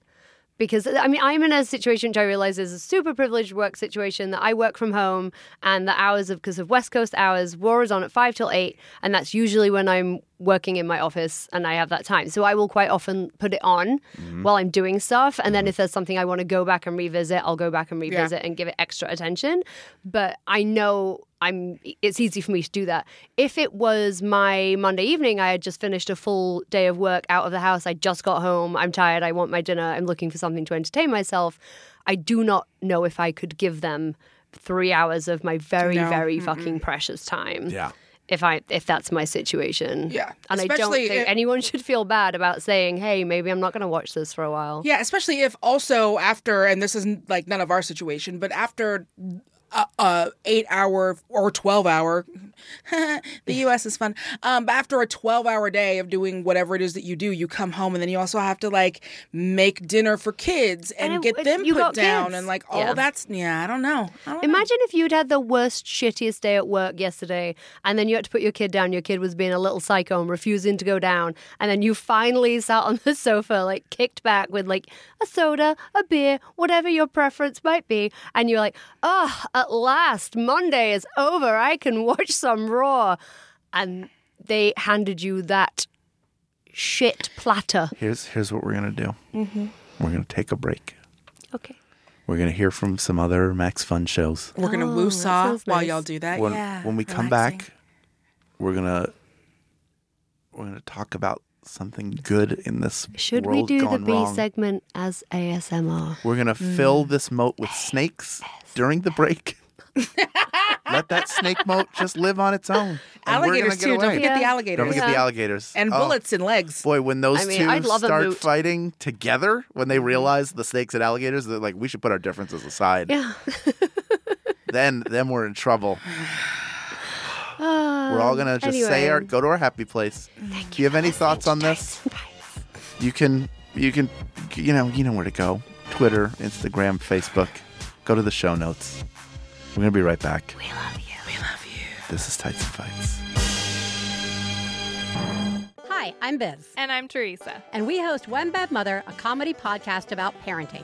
Speaker 5: Because I mean, I'm in a situation which I realize is a super privileged work situation that I work from home, and the hours of because of West Coast hours, war is on at five till eight, and that's usually when I'm working in my office and I have that time. So I will quite often put it on
Speaker 2: Mm-hmm.
Speaker 5: while I'm doing stuff, and then if there's something I want to go back and revisit, I'll go back and revisit and give it extra attention. But I know I'm it's easy for me to do that. If it was my Monday evening, I had just finished a full day of work out of the house, I just got home, I'm tired, I want my dinner, I'm looking for something to entertain myself. I do not know if I could give them 3 hours of my very
Speaker 2: No,
Speaker 5: very fucking precious time.
Speaker 1: Yeah.
Speaker 5: If I if that's my situation.
Speaker 2: Yeah.
Speaker 5: And I don't
Speaker 2: Especially
Speaker 5: think
Speaker 2: if-
Speaker 5: anyone should feel bad about saying, "Hey, maybe I'm not going to watch this for a while."
Speaker 2: Yeah, especially if also after, and this isn't like none of our situation, but after a, a eight hour or twelve hour, the U.S. is fun. Um, but after a twelve hour day of doing whatever it is that you do, you come home and then you also have to like make dinner for kids and,
Speaker 5: And it-
Speaker 2: get
Speaker 5: it-
Speaker 2: them
Speaker 5: you
Speaker 2: put
Speaker 5: got
Speaker 2: down
Speaker 5: kids.
Speaker 2: and like all
Speaker 5: Yeah.
Speaker 2: that's yeah. I don't know. I don't know.
Speaker 5: Imagine if you'd had the worst, shittiest day at work yesterday, and then you had to put your kid down. Your kid was being a little psycho and refusing to go down, and then you finally sat on the sofa, like kicked back with like a soda, a beer, whatever your preference might be, and you're like, "Oh, at last, Monday is over. I can watch some Raw," and they handed you that shit platter.
Speaker 1: Here's, here's what we're going to do
Speaker 5: Mm-hmm.
Speaker 1: we're going to take a break.
Speaker 5: Okay.
Speaker 1: We're going to hear from some other Max Fun shows.
Speaker 2: We're gonna
Speaker 5: Oh,
Speaker 2: woo
Speaker 5: that
Speaker 2: saw
Speaker 5: sounds
Speaker 2: while
Speaker 5: nice.
Speaker 2: y'all do that.
Speaker 1: when
Speaker 2: Uh, yeah,
Speaker 1: when we come
Speaker 2: relaxing.
Speaker 1: back, we're gonna we're gonna talk about something good in this
Speaker 5: Should we
Speaker 1: world
Speaker 5: do the
Speaker 1: gone
Speaker 5: B
Speaker 1: wrong.
Speaker 5: segment as ASMR?
Speaker 2: Mm.
Speaker 1: We're gonna fill this moat with snakes during the break. Let that snake moat just live on its own. and we're gonna
Speaker 2: alligators too.
Speaker 1: get
Speaker 2: Don't
Speaker 1: away.
Speaker 2: forget the
Speaker 5: Yeah.
Speaker 2: alligators.
Speaker 1: Don't forget the
Speaker 5: Yeah.
Speaker 1: alligators
Speaker 2: And
Speaker 1: Oh,
Speaker 2: bullets and legs.
Speaker 1: Boy, when those
Speaker 5: I mean,
Speaker 1: two
Speaker 5: I'd love a
Speaker 1: start
Speaker 5: moot.
Speaker 1: fighting together, when
Speaker 2: Mm-hmm.
Speaker 1: they realize the snakes and alligators, they're like, we should put our differences aside.
Speaker 5: Yeah.
Speaker 1: Then, then we're in trouble.
Speaker 5: Uh,
Speaker 1: We're all gonna just say our
Speaker 5: anyway.
Speaker 1: go to our happy place. Do you have any thoughts on this? You can, you can, you know, you know where to go. Twitter, Instagram, Facebook. Go to the show notes. We're gonna be right back. We love you. We love you. This is Tights and Fights.
Speaker 8: Hi, I'm Biz,
Speaker 9: And I'm Teresa.
Speaker 8: and we host When Bev Mother, a comedy podcast about parenting.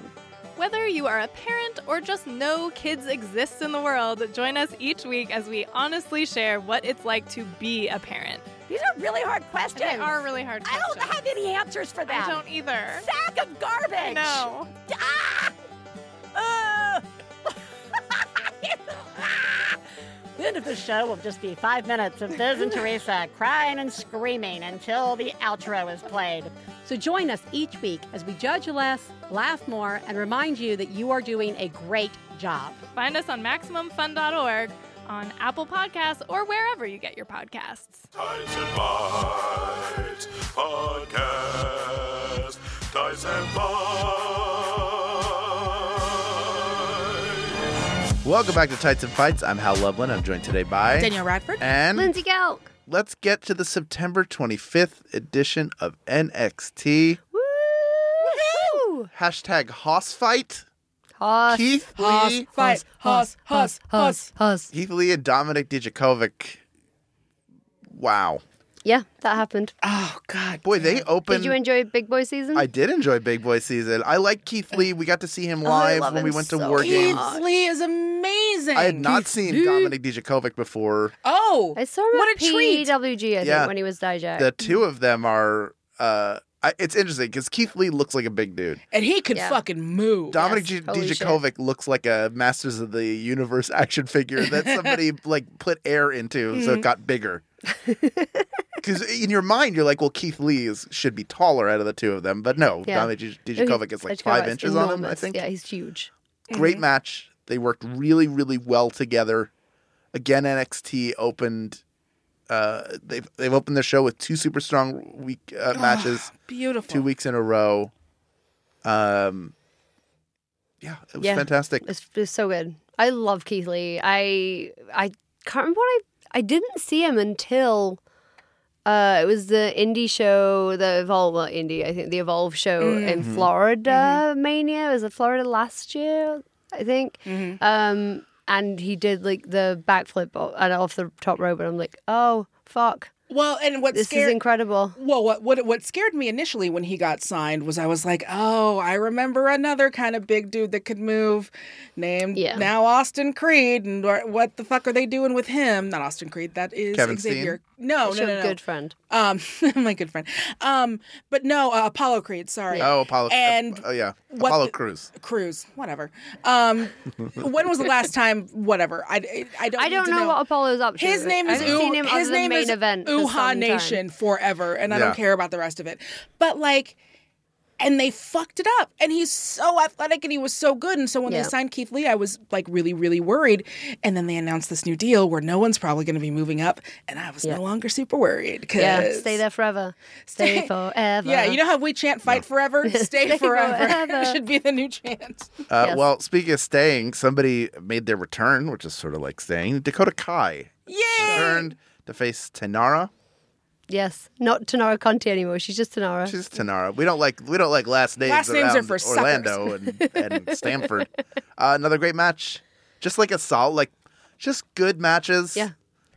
Speaker 9: Whether you are a parent or just know kids exist in the world, join us each week as we honestly share what it's like to be a parent.
Speaker 8: These are really hard questions.
Speaker 9: They are really hard
Speaker 8: I
Speaker 9: questions.
Speaker 8: don't have any answers for
Speaker 9: I
Speaker 8: that.
Speaker 9: don't either.
Speaker 8: Sack of garbage.
Speaker 9: I know.
Speaker 8: Ah! Uh. Ah! The end of the show will just be five minutes of Biz and Teresa crying and screaming until the outro is played. So join us each week as we judge less, laugh more, and remind you that you are doing a great job.
Speaker 9: Find us on MaximumFun.org, on Apple Podcasts, or wherever you get your podcasts.
Speaker 3: Ties and Bites Podcast. Ties and Bites.
Speaker 1: Welcome back to Tights and Fights. I'm Hal Loveland. I'm joined today by
Speaker 2: Danielle Radford.
Speaker 1: and
Speaker 5: Lindsay Gelk.
Speaker 1: Let's get to the September 25th edition of NXT.
Speaker 5: Woo!
Speaker 1: Hashtag Hoss Fight.
Speaker 5: Hoss.
Speaker 1: Keith
Speaker 2: Hoss
Speaker 1: Lee.
Speaker 2: fight. Hoss. Hoss. Hoss.
Speaker 5: Hoss.
Speaker 1: Keith Lee and Dominic Dijakovic. Wow.
Speaker 5: Yeah, that happened.
Speaker 2: Oh God.
Speaker 1: Boy, they opened.
Speaker 5: Did you enjoy Big Boy season?
Speaker 1: I did enjoy Big Boy season. I like Keith Lee. We got to see him live
Speaker 5: Oh, love
Speaker 1: when we
Speaker 5: him
Speaker 1: went to
Speaker 5: so
Speaker 1: War
Speaker 5: much.
Speaker 1: Games.
Speaker 2: Keith Lee is amazing.
Speaker 1: I had not
Speaker 2: Keith
Speaker 1: seen
Speaker 2: Lee.
Speaker 1: Dominic Dijakovic before.
Speaker 2: Oh,
Speaker 5: I saw him E
Speaker 2: what
Speaker 5: at
Speaker 2: a treat.
Speaker 5: PWG, I think,
Speaker 1: Yeah.
Speaker 5: when he was DiJack.
Speaker 1: The two of them are. Uh, I, it's interesting because Keith Lee looks like a big dude.
Speaker 2: and he could
Speaker 5: Yeah.
Speaker 2: fucking move.
Speaker 1: Dominic
Speaker 5: Yes,
Speaker 1: yes,
Speaker 5: holy shit.
Speaker 1: Dijakovic looks like a Masters of the Universe action figure that somebody like put air into, so
Speaker 5: Mm-hmm.
Speaker 1: it got bigger. Because in your mind, you're like, well, Keith Lee is, should be taller out of the two of them, but no,
Speaker 5: Yeah.
Speaker 1: Dominic Dij- Dijakovic is like five inches on him. I think.
Speaker 5: Yeah, mm-hmm. he's huge.
Speaker 1: Great match. They worked really, really well together. Again, NXT opened. Uh, they've they've opened their show with two super strong week uh,
Speaker 5: Ah,
Speaker 1: matches
Speaker 2: Beautiful.
Speaker 1: two weeks in a row. Um, yeah, it was
Speaker 5: Yeah.
Speaker 1: fantastic.
Speaker 5: It's, it's so good. I love Keith Lee. I I can't remember what I I didn't see him until uh it was the indie show, the Evolve well, indie, I think the Evolve show
Speaker 2: Mm-hmm.
Speaker 5: in Florida Mania. It was a Florida last year, I think.
Speaker 2: Mm-hmm.
Speaker 5: Um and he did like the backflip o- and off the top rope and I'm like, "Oh, fuck.
Speaker 2: Well, and what
Speaker 5: This
Speaker 2: scared
Speaker 5: is incredible."
Speaker 2: Well, what, what what scared me initially when he got signed was I was like, oh, I remember another kind of big dude that could move, named
Speaker 5: Yeah.
Speaker 2: now Austin Creed, and wha- what the fuck are they doing with him? Not Austin Creed, that is
Speaker 1: Kevin
Speaker 2: Xavier. No,
Speaker 5: Such
Speaker 2: no,
Speaker 5: a
Speaker 2: no, no,
Speaker 5: good friend.
Speaker 2: Um, my good friend. Um, but no, uh, Apollo Creed. Sorry.
Speaker 1: Oh, Apollo.
Speaker 2: And
Speaker 1: oh, yeah,
Speaker 2: what
Speaker 1: Apollo
Speaker 2: the-
Speaker 1: Cruz.
Speaker 2: Cruise, whatever. Um, when was the last time? Whatever. I, I- I don't.
Speaker 5: I
Speaker 2: need
Speaker 5: don't
Speaker 2: to
Speaker 5: know, what Apollo's up to.
Speaker 2: his name
Speaker 5: I
Speaker 2: is
Speaker 5: haven't
Speaker 2: Ooh,
Speaker 5: seen him
Speaker 2: his
Speaker 5: on
Speaker 2: name
Speaker 5: the main
Speaker 2: is
Speaker 5: event for
Speaker 2: Uha
Speaker 5: some time.
Speaker 2: Nation forever, and I
Speaker 1: Yeah.
Speaker 2: don't care about the rest of it. But like, and they fucked it up. And he's so athletic, and he was so good. And so when
Speaker 5: Yeah.
Speaker 2: they signed Keith Lee, I was like really, really worried. And then they announced this new deal where no one's probably going to be moving up, and I was no longer super worried. 'cause-
Speaker 5: Yeah, stay there forever. Stay
Speaker 2: Stay-
Speaker 5: forever.
Speaker 2: Yeah, you know how we chant "fight forever," stay,
Speaker 5: Stay
Speaker 2: forever.
Speaker 5: forever.
Speaker 2: Should be the new chant.
Speaker 1: Uh,
Speaker 5: Yes.
Speaker 1: Well, speaking of staying, somebody made their return, which is sort of like staying. Dakota Kai
Speaker 2: Yay!
Speaker 1: returned to face Tanara.
Speaker 5: Yes, not Tanara Conti anymore. She's just Tanara.
Speaker 1: She's Tanara. We don't like we don't like last names.
Speaker 2: Last names are
Speaker 1: around
Speaker 2: for suckers.
Speaker 1: Orlando and, and Stanford. Uh, another great match. Just like a solid, like just good matches.
Speaker 5: Yeah.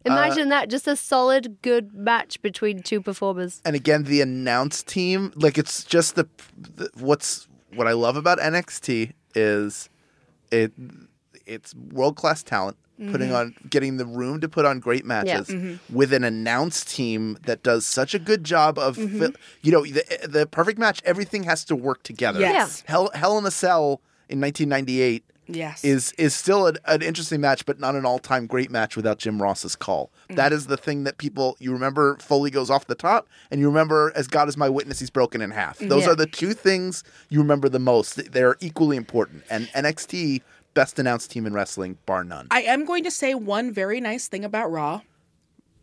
Speaker 5: Imagine that. Just a solid, good match between two performers.
Speaker 1: and again the announce team like it's just the, the what's what i love about nxt is it it's world-class talent putting on getting the room to put on great matches with an announce team that does such a good job of fi- you know the, the perfect match everything has to work together
Speaker 2: Yes.
Speaker 1: hell, hell in a cell in 1998
Speaker 2: Yes.
Speaker 1: is is still an, an interesting match, but not an all time great match without Jim Ross's call. That is the thing that people you remember. Foley goes off the top, and you remember as God is my witness, he's broken in half. Those
Speaker 5: Yeah.
Speaker 1: are the two things you remember the most. They are equally important, and NXT best announced team in wrestling, bar none.
Speaker 2: I am going to say one very nice thing about Raw.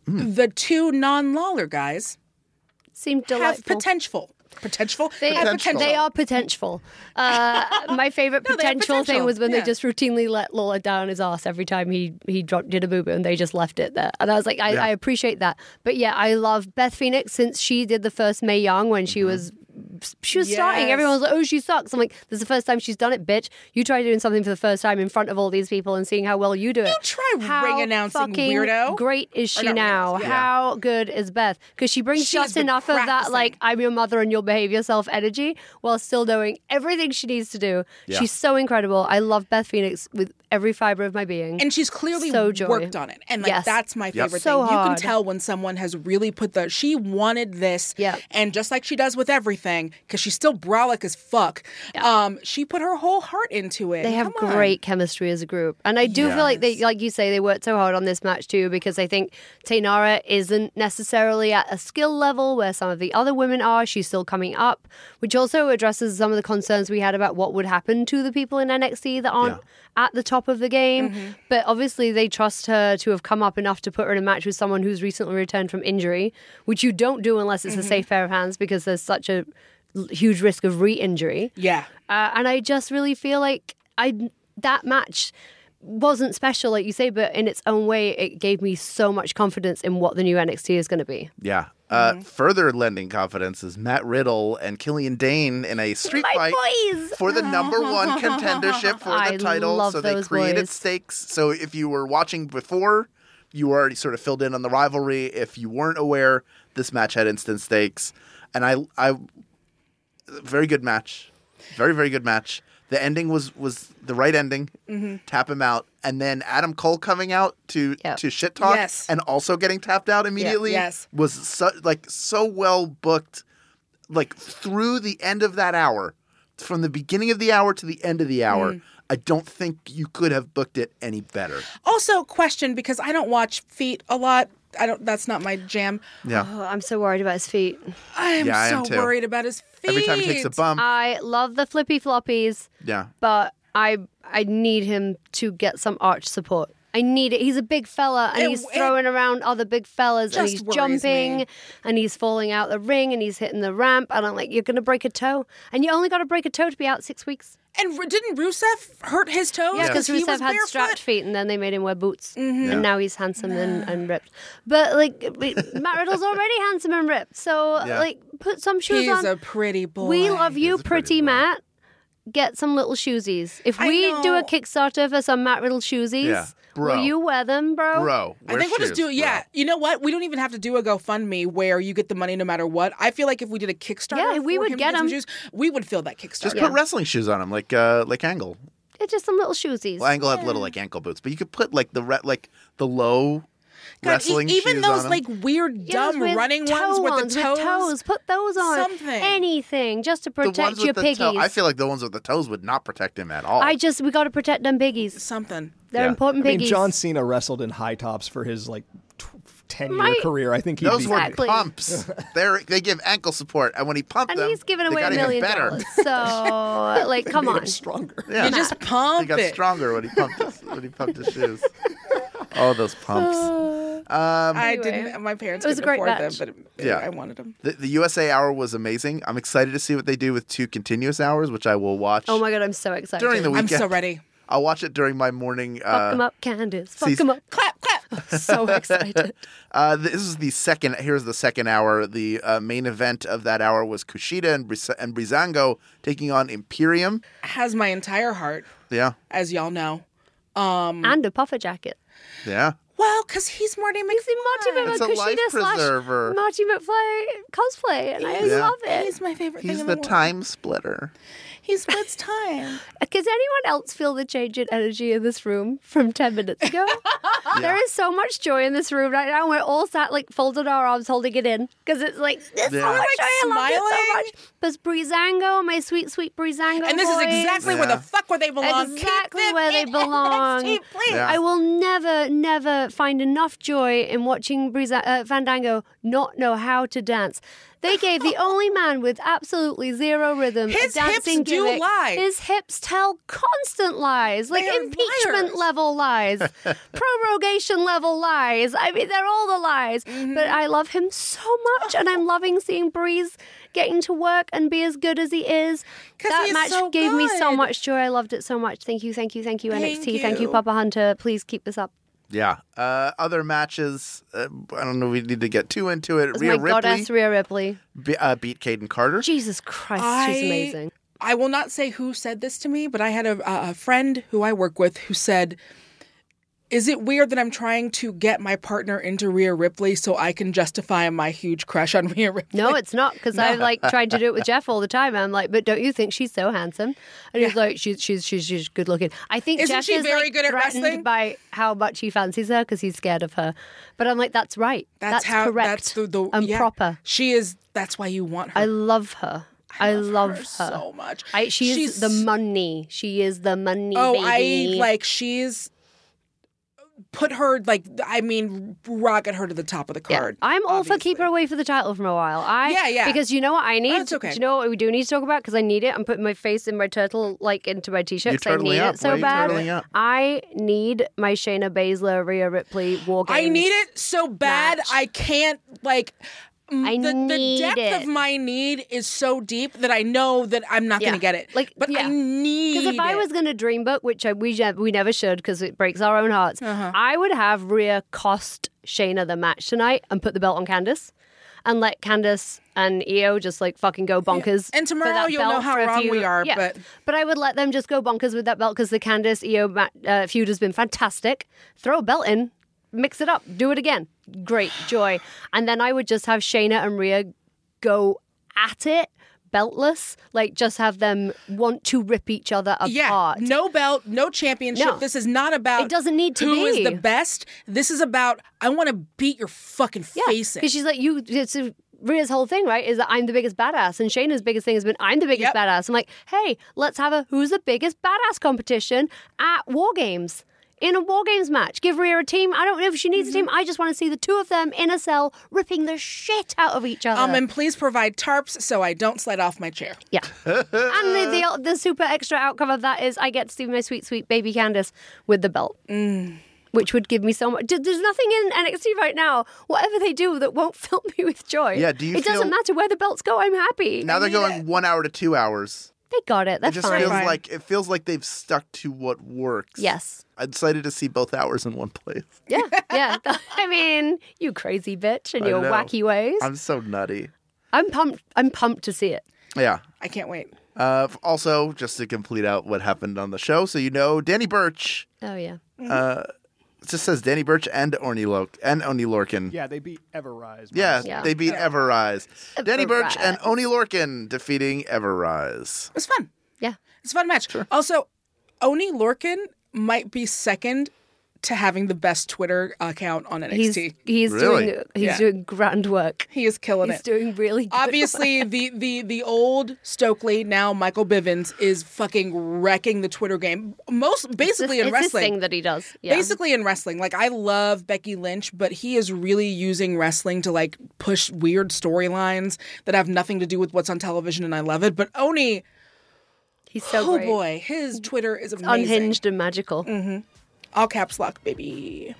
Speaker 2: The two non-Lawler guys
Speaker 5: Seemed
Speaker 2: have
Speaker 5: delightful.
Speaker 2: potential. Potential?
Speaker 5: They,
Speaker 2: Have potential.
Speaker 5: they are potential. Uh, my favorite
Speaker 2: they have
Speaker 5: potential, thing
Speaker 2: potential.
Speaker 5: was when
Speaker 2: Yeah.
Speaker 5: they just routinely let Lola down his ass every time he he dropped, did a boo boo, and they just left it there. And I was like, I,
Speaker 1: Yeah.
Speaker 5: I appreciate that. But yeah, I love Beth Phoenix since she did the first May Young when she was. She was starting.
Speaker 2: Yes.
Speaker 5: Everyone was like, "Oh, she sucks." I'm like, "This is the first time she's done it, bitch. You try doing something for the first time in front of all these people and seeing how well you do it. You
Speaker 2: try
Speaker 5: how
Speaker 2: ring announcing,
Speaker 5: fucking
Speaker 2: weirdo.
Speaker 5: Great is
Speaker 2: Or
Speaker 5: she
Speaker 2: not ring
Speaker 5: now?
Speaker 2: announcing,
Speaker 5: How good is Beth? Because she brings
Speaker 2: She has
Speaker 5: just
Speaker 2: been
Speaker 5: enough of that
Speaker 2: practicing.
Speaker 5: like I'm your mother and you'll behave yourself energy while still knowing everything she needs to do.
Speaker 1: Yeah.
Speaker 5: She's so incredible. I love Beth Phoenix with every fiber of my being.
Speaker 2: and she's clearly
Speaker 5: So joy.
Speaker 2: worked on it and like
Speaker 5: Yes.
Speaker 2: that's my favorite
Speaker 5: So
Speaker 2: thing you can
Speaker 5: hard.
Speaker 2: tell when someone has really put the she wanted this
Speaker 5: Yeah.
Speaker 2: and just like she does with everything because she's still brolic as fuck um she put her whole heart into it
Speaker 5: they have
Speaker 2: Come on.
Speaker 5: great chemistry as a group. And I do feel like they like you say they worked so hard on this match too because I think Tainara isn't necessarily at a skill level where some of the other women are. She's still coming up, which also addresses some of the concerns we had about what would happen to the people in NXT that aren't at the top of the game.
Speaker 2: Mm-hmm.
Speaker 5: But obviously they trust her to have come up enough to put her in a match with someone who's recently returned from injury, which you don't do unless
Speaker 2: Mm-hmm.
Speaker 5: it's a safe pair of hands because there's such a l- huge risk of re-injury.
Speaker 2: yeah
Speaker 5: Uh, and I just really feel like I that match wasn't special, like you say, but in its own way, it gave me so much confidence in what the new NXT is going to be.
Speaker 1: Yeah. Uh,
Speaker 5: Mm-hmm.
Speaker 1: Further lending confidence is Matt Riddle and Killian Dane in a street fight
Speaker 5: boys!
Speaker 1: for the number one contendership for the
Speaker 5: I
Speaker 1: title.
Speaker 5: love
Speaker 1: so they
Speaker 5: those
Speaker 1: created
Speaker 5: boys.
Speaker 1: stakes. So if you were watching before, you were already sort of filled in on the rivalry. If you weren't aware, this match had instant stakes, and I, I, very good match, very very good match. The ending was was the right ending.
Speaker 5: Mm-hmm.
Speaker 1: Tap him out, and then Adam Cole coming out to
Speaker 5: Yeah.
Speaker 1: to shit talk,
Speaker 2: Yes.
Speaker 1: and also getting tapped out immediately.
Speaker 2: Yes.
Speaker 1: was so, like so well booked like through the end of that hour, from the beginning of the hour to the end of the hour,
Speaker 2: Mm.
Speaker 1: I don't think you could have booked it any better.
Speaker 2: also question because i don't watch feet a lot i don't that's not my jam
Speaker 1: Yeah.
Speaker 5: Oh, I'm so worried about his feet.
Speaker 2: i'm
Speaker 1: Yeah, I
Speaker 2: so
Speaker 1: am too.
Speaker 2: worried about his feet
Speaker 1: Every time he takes a bump.
Speaker 2: Uh,
Speaker 5: I love the flippy floppies,
Speaker 1: yeah.
Speaker 5: but I I need him to get some arch support. I need it. He's a big fella, and
Speaker 2: It-
Speaker 5: he's
Speaker 2: it
Speaker 5: throwing around other big fellas, and
Speaker 2: just
Speaker 5: he's
Speaker 2: worries
Speaker 5: jumping,
Speaker 2: me.
Speaker 5: and he's falling out the ring, and he's hitting the ramp. And I'm like, you're going to break a toe, and you only got to break a toe to be out six weeks.
Speaker 2: and r- didn't rusev hurt his toes
Speaker 5: Yeah, because
Speaker 2: he
Speaker 5: Rusev
Speaker 2: was
Speaker 5: had
Speaker 2: barefoot Mm-hmm.
Speaker 5: strapped feet, and then they made him wear boots,
Speaker 1: Yeah.
Speaker 5: and now he's handsome and, and ripped. But like but Matt Riddle's already handsome and ripped, so
Speaker 1: Yeah.
Speaker 5: like put some shoes
Speaker 2: he's
Speaker 5: on.
Speaker 2: a pretty boy
Speaker 5: we love you,
Speaker 1: a
Speaker 5: pretty,
Speaker 1: pretty boy.
Speaker 5: Matt. Get some little shoesies. If
Speaker 2: I
Speaker 5: we do
Speaker 2: know.
Speaker 5: a Kickstarter for some Matt Riddle shoesies,
Speaker 1: Yeah. Bro.
Speaker 5: will you wear them, bro?
Speaker 1: Bro.
Speaker 2: I think we'll just do yeah. You know what? We don't even have to do a GoFundMe where you get the money no matter what. I feel like if we did a Kickstarter,
Speaker 5: Yeah, we
Speaker 2: for
Speaker 5: would
Speaker 2: him to
Speaker 5: get
Speaker 2: some
Speaker 5: him.
Speaker 2: Shoes, we would fill that Kickstarter.
Speaker 1: Just put wrestling shoes on him, like uh, like Angle.
Speaker 5: Yeah, just some little shoesies.
Speaker 1: Well, Angle had little like ankle boots, but you could put like the re- like the low
Speaker 2: God, e-
Speaker 1: wrestling
Speaker 2: even
Speaker 1: shoes
Speaker 2: those
Speaker 1: on him.
Speaker 2: like weird,
Speaker 5: Yeah, those
Speaker 2: dumb
Speaker 5: with
Speaker 2: running ones
Speaker 5: toe
Speaker 2: with the toes.
Speaker 5: with toes. Put those on.
Speaker 2: Something.
Speaker 5: Anything, just to
Speaker 1: the
Speaker 5: protect
Speaker 1: ones
Speaker 5: your
Speaker 1: with the
Speaker 5: piggies.
Speaker 1: toe. I feel like the ones with the toes would not protect him at all.
Speaker 5: I just we got to protect them piggies.
Speaker 2: Something.
Speaker 5: They're
Speaker 1: Yeah.
Speaker 5: important
Speaker 6: I mean,
Speaker 5: piggies.
Speaker 6: John Cena wrestled in high tops for his like tw- ten-year
Speaker 5: Right.
Speaker 6: career. I think he'd
Speaker 1: those
Speaker 6: be
Speaker 5: Exactly.
Speaker 1: were pumps. They they give ankle support, and when he pumped
Speaker 5: and
Speaker 1: them,
Speaker 5: he's given
Speaker 1: they
Speaker 5: away
Speaker 1: got
Speaker 5: a
Speaker 1: even
Speaker 5: million
Speaker 1: better.
Speaker 5: dollars. So, like, come on.
Speaker 6: stronger.
Speaker 1: Yeah.
Speaker 2: You just pump
Speaker 1: he got
Speaker 2: it.
Speaker 1: stronger when he pumped his, when he pumped his shoes. Oh, those pumps.
Speaker 2: I
Speaker 5: Anyway.
Speaker 2: didn't. My parents
Speaker 5: It was a
Speaker 2: couldn't
Speaker 5: great
Speaker 2: afford
Speaker 5: match.
Speaker 2: them, but
Speaker 1: Yeah.
Speaker 2: I wanted them.
Speaker 1: The, the USA Hour was amazing. I'm excited to see what they do with two continuous hours, which I will watch
Speaker 5: Oh my god, I'm so excited.
Speaker 1: during the
Speaker 2: I'm
Speaker 1: weekend.
Speaker 2: so ready.
Speaker 1: I'll watch it during my morning.
Speaker 5: Fuck
Speaker 1: Uh,
Speaker 5: them up, Candace. Fuck
Speaker 1: sees-
Speaker 5: them up.
Speaker 2: Clap, clap.
Speaker 5: So excited.
Speaker 1: uh, this is the second. Here's the second hour. The uh, main event of that hour was Kushida and, Bris- and Brizango taking on Imperium.
Speaker 2: Has my entire heart,
Speaker 1: Yeah,
Speaker 2: as y'all know.
Speaker 1: Um,
Speaker 5: and a puffer jacket.
Speaker 1: yeah.
Speaker 2: Well, because he's Marty McFly.
Speaker 5: See, Marty
Speaker 1: It's a
Speaker 5: McFly
Speaker 1: life
Speaker 5: Kushida slash
Speaker 1: preserver.
Speaker 5: Marty McFly cosplay, and I
Speaker 2: He's-
Speaker 5: love it.
Speaker 2: He's my favorite thing
Speaker 1: He's
Speaker 2: in
Speaker 1: the
Speaker 2: world.
Speaker 1: time splitter.
Speaker 2: He splits time.
Speaker 5: Does anyone else feel the change in energy in this room from 10 minutes ago? Ah, There is so much joy in this room right now. We're all sat, like, folded our arms, holding it in because it's like, there's
Speaker 1: Yeah.
Speaker 5: so
Speaker 1: We're,
Speaker 5: much
Speaker 1: like,
Speaker 5: joy. I love
Speaker 2: smiling.
Speaker 5: it so much. But Breezango, my sweet, sweet Breezango.
Speaker 2: And this is
Speaker 5: boys.
Speaker 2: exactly where
Speaker 1: Yeah.
Speaker 2: the fuck where they belong. Keep
Speaker 5: Exactly
Speaker 2: them
Speaker 5: where they
Speaker 2: in
Speaker 5: belong.
Speaker 2: NXT, please.
Speaker 1: Yeah.
Speaker 5: I will never, never find enough joy in watching Breeza, uh, Fandango not know how to dance. They gave the only man with absolutely zero rhythm
Speaker 2: His
Speaker 5: a
Speaker 2: hips
Speaker 5: dancing
Speaker 2: do You
Speaker 5: Civic.
Speaker 2: lie.
Speaker 5: His hips tell constant lies, like
Speaker 2: They are liars.
Speaker 5: impeachment level lies, prorogation level lies. I mean, they're all the lies.
Speaker 2: Mm-hmm.
Speaker 5: But I love him so much, and I'm loving seeing Breeze getting to work and be as good as he is.
Speaker 2: 'Cause
Speaker 5: That
Speaker 2: he is
Speaker 5: match
Speaker 2: so
Speaker 5: gave me so
Speaker 2: good.
Speaker 5: much joy. I loved it so much. Thank you, thank you, thank you,
Speaker 2: Thank
Speaker 5: NXT. Thank you,
Speaker 2: you.
Speaker 5: Papa Hunter. Please keep this up.
Speaker 1: Yeah. Uh, other matches. Uh, I don't know. We need to get too into it.
Speaker 5: As
Speaker 1: Rhea
Speaker 5: Oh my
Speaker 1: Ripley
Speaker 5: goddess, Rhea Ripley.
Speaker 1: be- uh, beat Caden Carter.
Speaker 5: Jesus Christ, she's
Speaker 2: I-
Speaker 5: amazing.
Speaker 2: I will not say who said this to me, but I had a, a friend who I work with who said, Is it weird that I'm trying to get my partner into Rhea Ripley so I can justify my huge crush on Rhea Ripley?
Speaker 5: No, it's not because I've like tried to do it with Jeff all the time. I'm like, but don't you think she's so handsome? And he's like, she's she's she's she's good looking. I think
Speaker 2: Isn't
Speaker 5: Jeff
Speaker 2: she
Speaker 5: is
Speaker 2: very
Speaker 5: like,
Speaker 2: good at
Speaker 5: threatened
Speaker 2: wrestling?
Speaker 5: by how much he fancies her because he's scared of her. But I'm like, that's right. That's, correct.
Speaker 2: That's the, the
Speaker 5: and
Speaker 2: yeah.
Speaker 5: proper.
Speaker 2: She is. That's why you want her.
Speaker 5: I love her. I love, her.
Speaker 2: so much.
Speaker 5: I, she is the money. She is the money.
Speaker 2: Oh,
Speaker 5: baby.
Speaker 2: I like she's put her like I mean rocket her to the top of the card.
Speaker 5: I'm all for keep her away for the title for a while. I
Speaker 2: Yeah, yeah.
Speaker 5: Because you know what I need.
Speaker 2: it's okay.
Speaker 5: Do you know what we do need to talk about? Because I need it. I'm putting my face in my turtle, like into my t-shirt.
Speaker 1: You're
Speaker 5: 'cause I
Speaker 1: turtling
Speaker 5: need
Speaker 1: up.
Speaker 5: it so
Speaker 1: Why are you
Speaker 5: bad.
Speaker 1: turtling up?
Speaker 5: I need my Shayna Baszler, Rhea Ripley war
Speaker 2: I
Speaker 5: games.
Speaker 2: need it so bad I can't like. m-
Speaker 5: I
Speaker 2: the,
Speaker 5: need
Speaker 2: the depth
Speaker 5: it.
Speaker 2: of my need is so deep that I know that I'm not
Speaker 5: Yeah.
Speaker 2: going to get it.
Speaker 5: Like,
Speaker 2: but
Speaker 5: yeah.
Speaker 2: I
Speaker 5: 'Cause
Speaker 2: need.
Speaker 5: Because if I
Speaker 2: it.
Speaker 5: was going to dream book, which I, we je- we never should, because it breaks our own hearts,
Speaker 2: Uh-huh.
Speaker 5: I would have Rhea cost Shayna the match tonight and put the belt on Candace, and let Candace and Io just like fucking go bonkers.
Speaker 2: And
Speaker 5: for
Speaker 2: tomorrow
Speaker 5: that
Speaker 2: you'll know
Speaker 5: belt
Speaker 2: how
Speaker 5: for a
Speaker 2: wrong
Speaker 5: few-
Speaker 2: we are,
Speaker 5: yeah.
Speaker 2: but-
Speaker 5: but I would let them just go bonkers with that belt because the Candace Io ma- uh, feud has been fantastic. Throw a belt in, mix it up, do it again. Great joy, and then I would just have Shayna and Rhea go at it. Beltless, like just have them want to rip each other apart.
Speaker 2: yeah, no belt, no championship.
Speaker 5: No.
Speaker 2: This is not about.
Speaker 5: It doesn't need to
Speaker 2: who
Speaker 5: be.
Speaker 2: is the best. This is about. I want to beat your fucking face in.
Speaker 5: Because she's like, you. It's a, Rhea's whole thing, right, is that I'm the biggest badass, and Shayna's biggest thing has been I'm the biggest
Speaker 2: Yep.
Speaker 5: badass. I'm like, hey, let's have a who's the biggest badass competition at War Games. In a War Games match, give Rhea a team. I don't know if she needs
Speaker 2: Mm-hmm.
Speaker 5: a team. I just want to see the two of them in a cell ripping the shit out of each other.
Speaker 2: Um, and please provide tarps so I don't slide off my chair.
Speaker 5: yeah. and the, the the super extra outcome of that is I get to see my sweet sweet baby Candace with the belt.
Speaker 2: Mm.
Speaker 5: Which would give me so much. There's nothing in NXT right now, whatever they do, that won't fill me with joy.
Speaker 1: Yeah, do you
Speaker 5: It doesn't
Speaker 1: feel-
Speaker 5: matter where the belts go. I'm happy.
Speaker 1: Now they're going one hour to two hours.
Speaker 5: They got it. They're
Speaker 1: it just
Speaker 5: fine.
Speaker 1: feels
Speaker 2: Fine.
Speaker 1: like it feels like they've stuck to what works.
Speaker 5: yes.
Speaker 1: I decided to see both hours in one place.
Speaker 5: Yeah. Yeah. I mean, you crazy bitch and
Speaker 1: I
Speaker 5: your
Speaker 1: know.
Speaker 5: wacky ways. I'm,
Speaker 1: I'm so nutty.
Speaker 5: pumped. I'm pumped to see it.
Speaker 1: Yeah.
Speaker 2: I can't wait.
Speaker 1: Uh, f- also, just to complete out what happened on the show, so you know, Danny Birch.
Speaker 5: Oh yeah.
Speaker 1: It just says Danny Birch and Oni Lork and Oni Lorkin.
Speaker 6: Yeah, they beat Everrise. by
Speaker 1: Yeah,
Speaker 5: Yeah.
Speaker 1: they beat Everrise. Danny Birch and
Speaker 5: Everrise.
Speaker 1: Oni Lorkin defeating Everrise.
Speaker 2: It's fun.
Speaker 5: Yeah.
Speaker 2: It's a fun match. Also, Oni Lorkin might be second to having the best Twitter account on NXT.
Speaker 5: He's he's
Speaker 1: Really?
Speaker 5: doing he's
Speaker 2: Yeah.
Speaker 5: doing grand work.
Speaker 2: he is killing
Speaker 5: He's
Speaker 2: it.
Speaker 5: doing really good.
Speaker 2: Obviously, the, the the old Stokely, now Michael Bivens, is fucking wrecking the Twitter game. Most basically
Speaker 5: it's
Speaker 2: in
Speaker 5: this
Speaker 2: wrestling.
Speaker 5: thing that he does. Yeah.
Speaker 2: Basically in wrestling, like I love Becky Lynch, but he is really using wrestling to like push weird storylines that have nothing to do with what's on television, and I love it. But Oni,
Speaker 5: he's so
Speaker 2: oh
Speaker 5: great.
Speaker 2: boy, his Twitter is amazing.
Speaker 5: unhinged and magical.
Speaker 2: All caps lock, baby.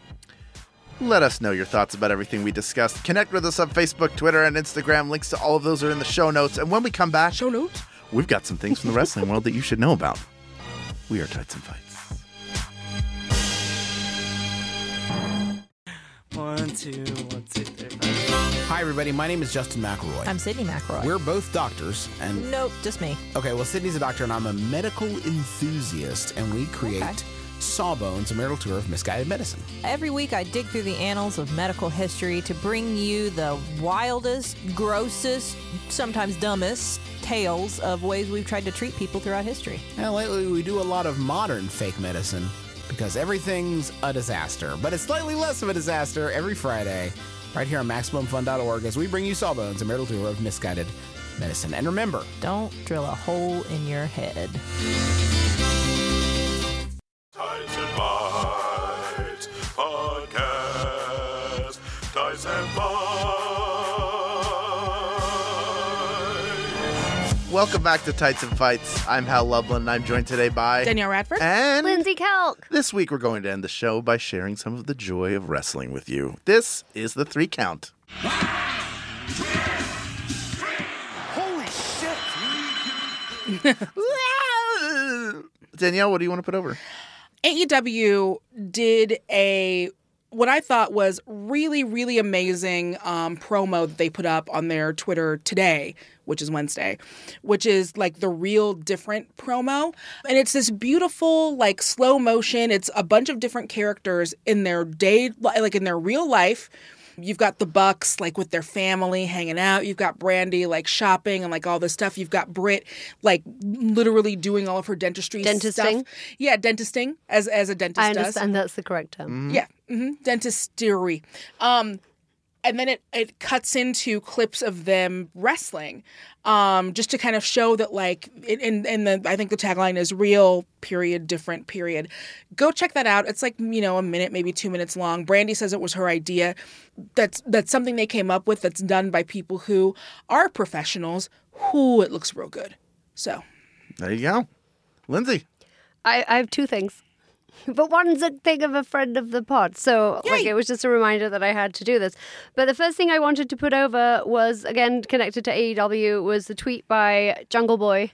Speaker 1: Let us know your thoughts about everything we discussed. Connect with us on Facebook, Twitter, and Instagram. Links to all of those are in the show notes. And when we come back,
Speaker 2: Show notes.
Speaker 1: we've got some things from the wrestling world that you should know about. We are Tights and Fights.
Speaker 10: Hi, everybody. My name is Justin McElroy.
Speaker 11: I'm Sydney McRoy.
Speaker 10: We're both doctors, and
Speaker 11: nope, just me.
Speaker 10: okay, well, Sydney's a doctor, and I'm a medical enthusiast, and we create Sawbones, a marital tour of misguided medicine.
Speaker 11: Every week, I dig through the annals of medical history to bring you the wildest, grossest, sometimes dumbest tales of ways we've tried to treat people throughout history.
Speaker 10: Now, lately, we do a lot of modern fake medicine because everything's a disaster, but it's slightly less of a disaster every Friday, right here on MaximumFun.org, as we bring you Sawbones, a marital tour of misguided medicine. And remember,
Speaker 11: Don't drill a hole in your head.
Speaker 3: Tights and Bites Podcast. Tights and Bites.
Speaker 1: Welcome back to Tights and Fights. I'm Hal Lublin. and I'm joined today by
Speaker 2: Danielle Radford
Speaker 1: and
Speaker 5: Lindsay Kelk.
Speaker 1: This week, we're going to end the show by sharing some of the joy of wrestling with you. This is the three count.
Speaker 7: Holy shit!
Speaker 1: Danielle, what do you want to put over?
Speaker 2: AEW E did a what I thought was really, really amazing um, promo that they put up on their Twitter today, which is Wednesday, which is like the real different promo. And it's this beautiful, like slow motion. It's a bunch of different characters in their day, like in their real life. You've got the Bucks like with their family hanging out. You've got Brandy like shopping and like all this stuff. You've got Brit like literally doing all of her dentistry
Speaker 5: Dentisting?
Speaker 2: stuff. Yeah, dentisting as as a dentist
Speaker 5: I
Speaker 2: does.
Speaker 5: understand that's the correct term.
Speaker 2: Yeah, hmm dentistery. Um, and then it it cuts into clips of them wrestling, um, just to kind of show that like it, and and the I think the tagline is real period different period. Go check that out. It's like you know a minute maybe two minutes long. Brandy says it was her idea. That's that's something they came up with. That's done by people who are professionals. Who it looks real good. So
Speaker 1: There you go. Lindsay.
Speaker 5: I, I have two things. But one's a thing of a friend of the pod. So like it was just a reminder that I had to do this. But the first thing I wanted to put over was again connected to AEW was the tweet by Jungle Boy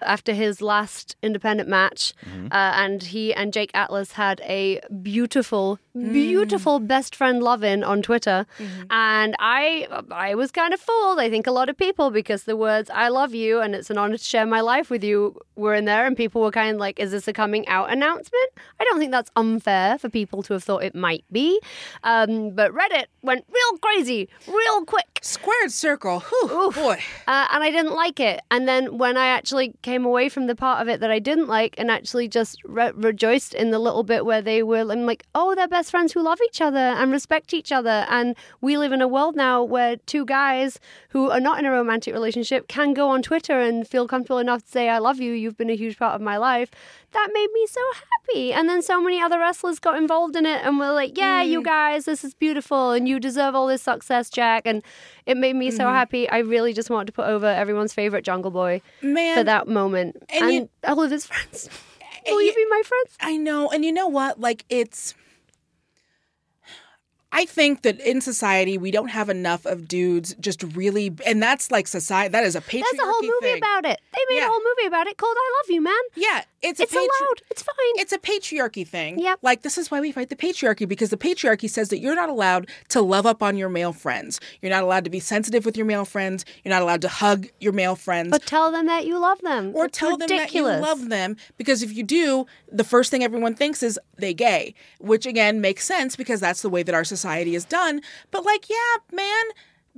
Speaker 5: after his last independent match. Uh, and he and Jake Atlas had a beautiful, beautiful best friend lovin' on Twitter. And I I was kind of fooled, I think a lot of people, because the words I love you and it's an honor to share my life with you were in there and people were kind of like, is this a coming out announcement? I don't think that's unfair for people to have thought it might be. Um, but Reddit went real crazy, real quick.
Speaker 2: Squared circle. Whew, boy.
Speaker 5: Uh, and I didn't like it. And then when I actually came away from the part of it that I didn't like and actually just re- rejoiced in the little bit where they were, I'm like, oh, they're best friends who love each other and respect each other. And we live in a world now where two guys who are not in a romantic relationship can go on Twitter and feel comfortable enough to say, I love you. You've been a huge part of my life. That made me so happy. And then so many other wrestlers got involved in it and were like, yeah,
Speaker 2: Mm.
Speaker 5: you guys, this is beautiful and you deserve all this success, Jack. And it made me so
Speaker 2: Mm-hmm.
Speaker 5: happy. I really just wanted to put over everyone's favorite Jungle Boy
Speaker 2: Man.
Speaker 5: for that moment.
Speaker 2: And
Speaker 5: And,
Speaker 2: you-
Speaker 5: all of his friends.
Speaker 2: And
Speaker 5: Will you
Speaker 2: you-
Speaker 5: be my friends?
Speaker 2: I know. And you know what? Like, it's. I think that in society, we don't have enough of dudes just really. And that's like society. That is a patriarchy.
Speaker 5: There's a whole movie
Speaker 2: thing.
Speaker 5: about it. They made a whole movie about it called I Love You, Man.
Speaker 2: Yeah, it's a
Speaker 5: It's
Speaker 2: patri-
Speaker 5: allowed. It's fine.
Speaker 2: It's a patriarchy thing.
Speaker 5: Yep.
Speaker 2: Like this is why we fight the patriarchy because the patriarchy says that you're not allowed to love up on your male friends. You're not allowed to be sensitive with your male friends. You're not allowed to hug your male friends.
Speaker 5: But tell them that you love them.
Speaker 2: or
Speaker 5: It's
Speaker 2: tell them
Speaker 5: ridiculous.
Speaker 2: that you love them because if you do the first thing everyone thinks is they gay which again makes sense because that's the way that our society is done but like yeah man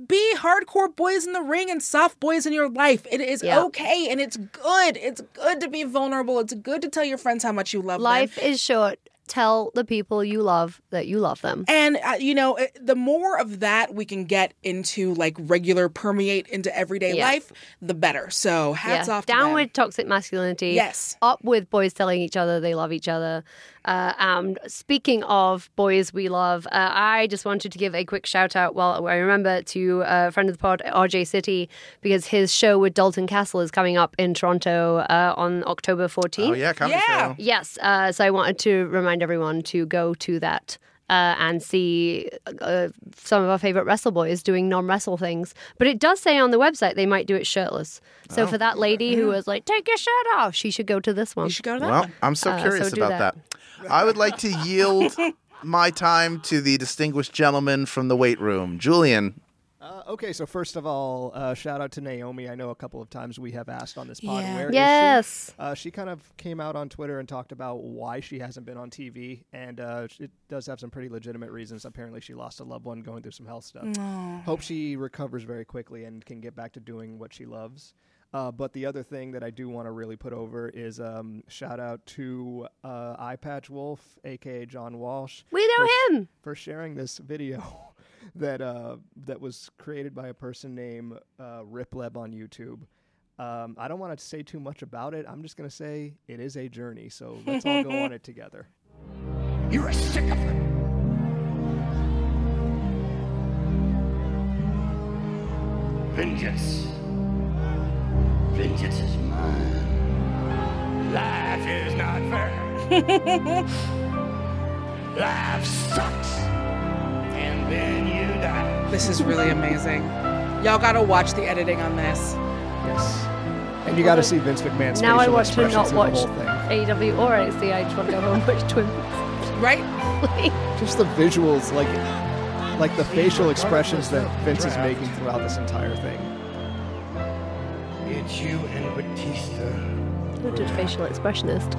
Speaker 2: be hardcore boys in the ring and soft boys in your life it is
Speaker 5: Yeah.
Speaker 2: okay and it's good it's good to be vulnerable it's good to tell your friends how much you love them
Speaker 5: Life is short. Tell the people you love that you love them.
Speaker 2: and uh, you know it- the more of that we can get into like regular permeate into everyday
Speaker 5: Yeah.
Speaker 2: life the better so hats
Speaker 5: Yeah.
Speaker 2: off to
Speaker 5: Down
Speaker 2: them.
Speaker 5: with toxic masculinity.
Speaker 2: Yes.
Speaker 5: Up with boys telling each other they love each other. Uh, um, speaking of boys we love, uh, I just wanted to give a quick shout out, well, I remember, to a friend of the pod, RJ City, because his show with Dalton Castle is coming up in Toronto uh, on October 14th.
Speaker 1: Oh, yeah, comedy show.
Speaker 5: Yes. Uh, so I wanted to remind everyone to go to that. Uh, and see uh, some of our favorite wrestle boys doing non-wrestle things, but it does say on the website they might do it shirtless. So for that lady who was like, "Take your shirt off," she should go to this one. You
Speaker 2: should go to
Speaker 1: Well, I'm so curious about that. I would like to yield my time to the distinguished gentleman from the weight room, Julian.
Speaker 6: Uh, okay, so first of all, uh, shout out to Naomi. I know a couple of times we have asked on this pod
Speaker 5: Yeah.
Speaker 6: where is she?
Speaker 5: Yes.
Speaker 6: Uh, she kind of came out on Twitter and talked about why she hasn't been on TV, and uh, it does have some pretty legitimate reasons. Apparently, she lost a loved one going through some health stuff.
Speaker 7: No.
Speaker 6: Hope she recovers very quickly and can get back to doing what she loves. Uh, but the other thing that I do want to really put over is um, shout out to uh, Eye Patch Wolf, aka John Walsh.
Speaker 5: We know
Speaker 6: for-
Speaker 5: him.
Speaker 6: for sharing this video that uh, that was created by a person named uh, Ripleb on YouTube. Um, I don't want to say too much about it. I'm just going to say it is a journey. So let's all go on it together.
Speaker 7: You're a sycophant. Vengeance.
Speaker 12: Vengeance is mine. Life is not fair. Life sucks. And then you die.
Speaker 2: This is really amazing. Y'all gotta watch the editing on this.
Speaker 6: Yes. And you got to see Vince McMahon's
Speaker 5: now I
Speaker 6: facial
Speaker 5: want to
Speaker 6: expressions
Speaker 5: not
Speaker 6: in the
Speaker 5: watch
Speaker 6: whole thing.
Speaker 5: AEW E or NXT. I just want to go home and watch Twin Peaks.
Speaker 2: Right?
Speaker 6: Just the visuals, like like the facial expressions that Vince is making throughout this entire thing.
Speaker 12: It's you and Batista.
Speaker 5: You're just facial expressionist.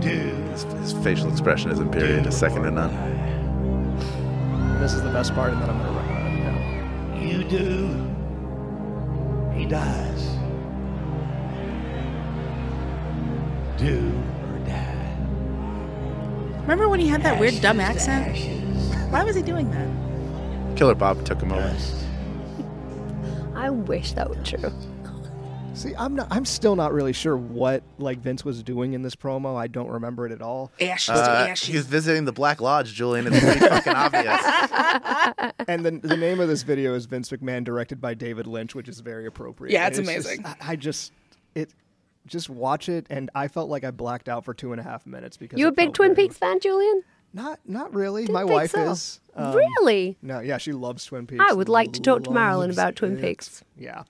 Speaker 12: Dude.
Speaker 1: His, his facial expressionism period is second to none.
Speaker 6: This is the best part, and then I'm going to recommend it now.
Speaker 12: You do. He dies. Do or die.
Speaker 2: Remember when he had that weird dumb accent? Why was he doing that?
Speaker 1: Killer Bob took him over.
Speaker 5: I wish that were true.
Speaker 6: See, I'm not. I'm still not really sure what like Vince was doing in this promo. I don't remember it at all.
Speaker 1: Uh, he was visiting the Black Lodge, Julian. It's pretty fucking obvious.
Speaker 6: and then the name of this video is Vince McMahon, directed by David Lynch, which is very appropriate.
Speaker 2: Yeah,
Speaker 6: And
Speaker 2: it's
Speaker 6: just-
Speaker 2: amazing.
Speaker 6: I- I just it just watch it, and I felt like I blacked out for two and a half minutes because
Speaker 5: You a
Speaker 6: it
Speaker 5: big
Speaker 6: felt
Speaker 5: Twin Peaks fan, Julian?
Speaker 6: Not, not really.
Speaker 5: Didn't
Speaker 6: My
Speaker 5: think
Speaker 6: wife
Speaker 5: so.
Speaker 6: is um,
Speaker 5: really?
Speaker 6: No, yeah, she loves Twin Peaks.
Speaker 5: I would like to talk to Marilyn
Speaker 6: loves
Speaker 5: about Twin
Speaker 6: it.
Speaker 5: Peaks.
Speaker 6: Yeah,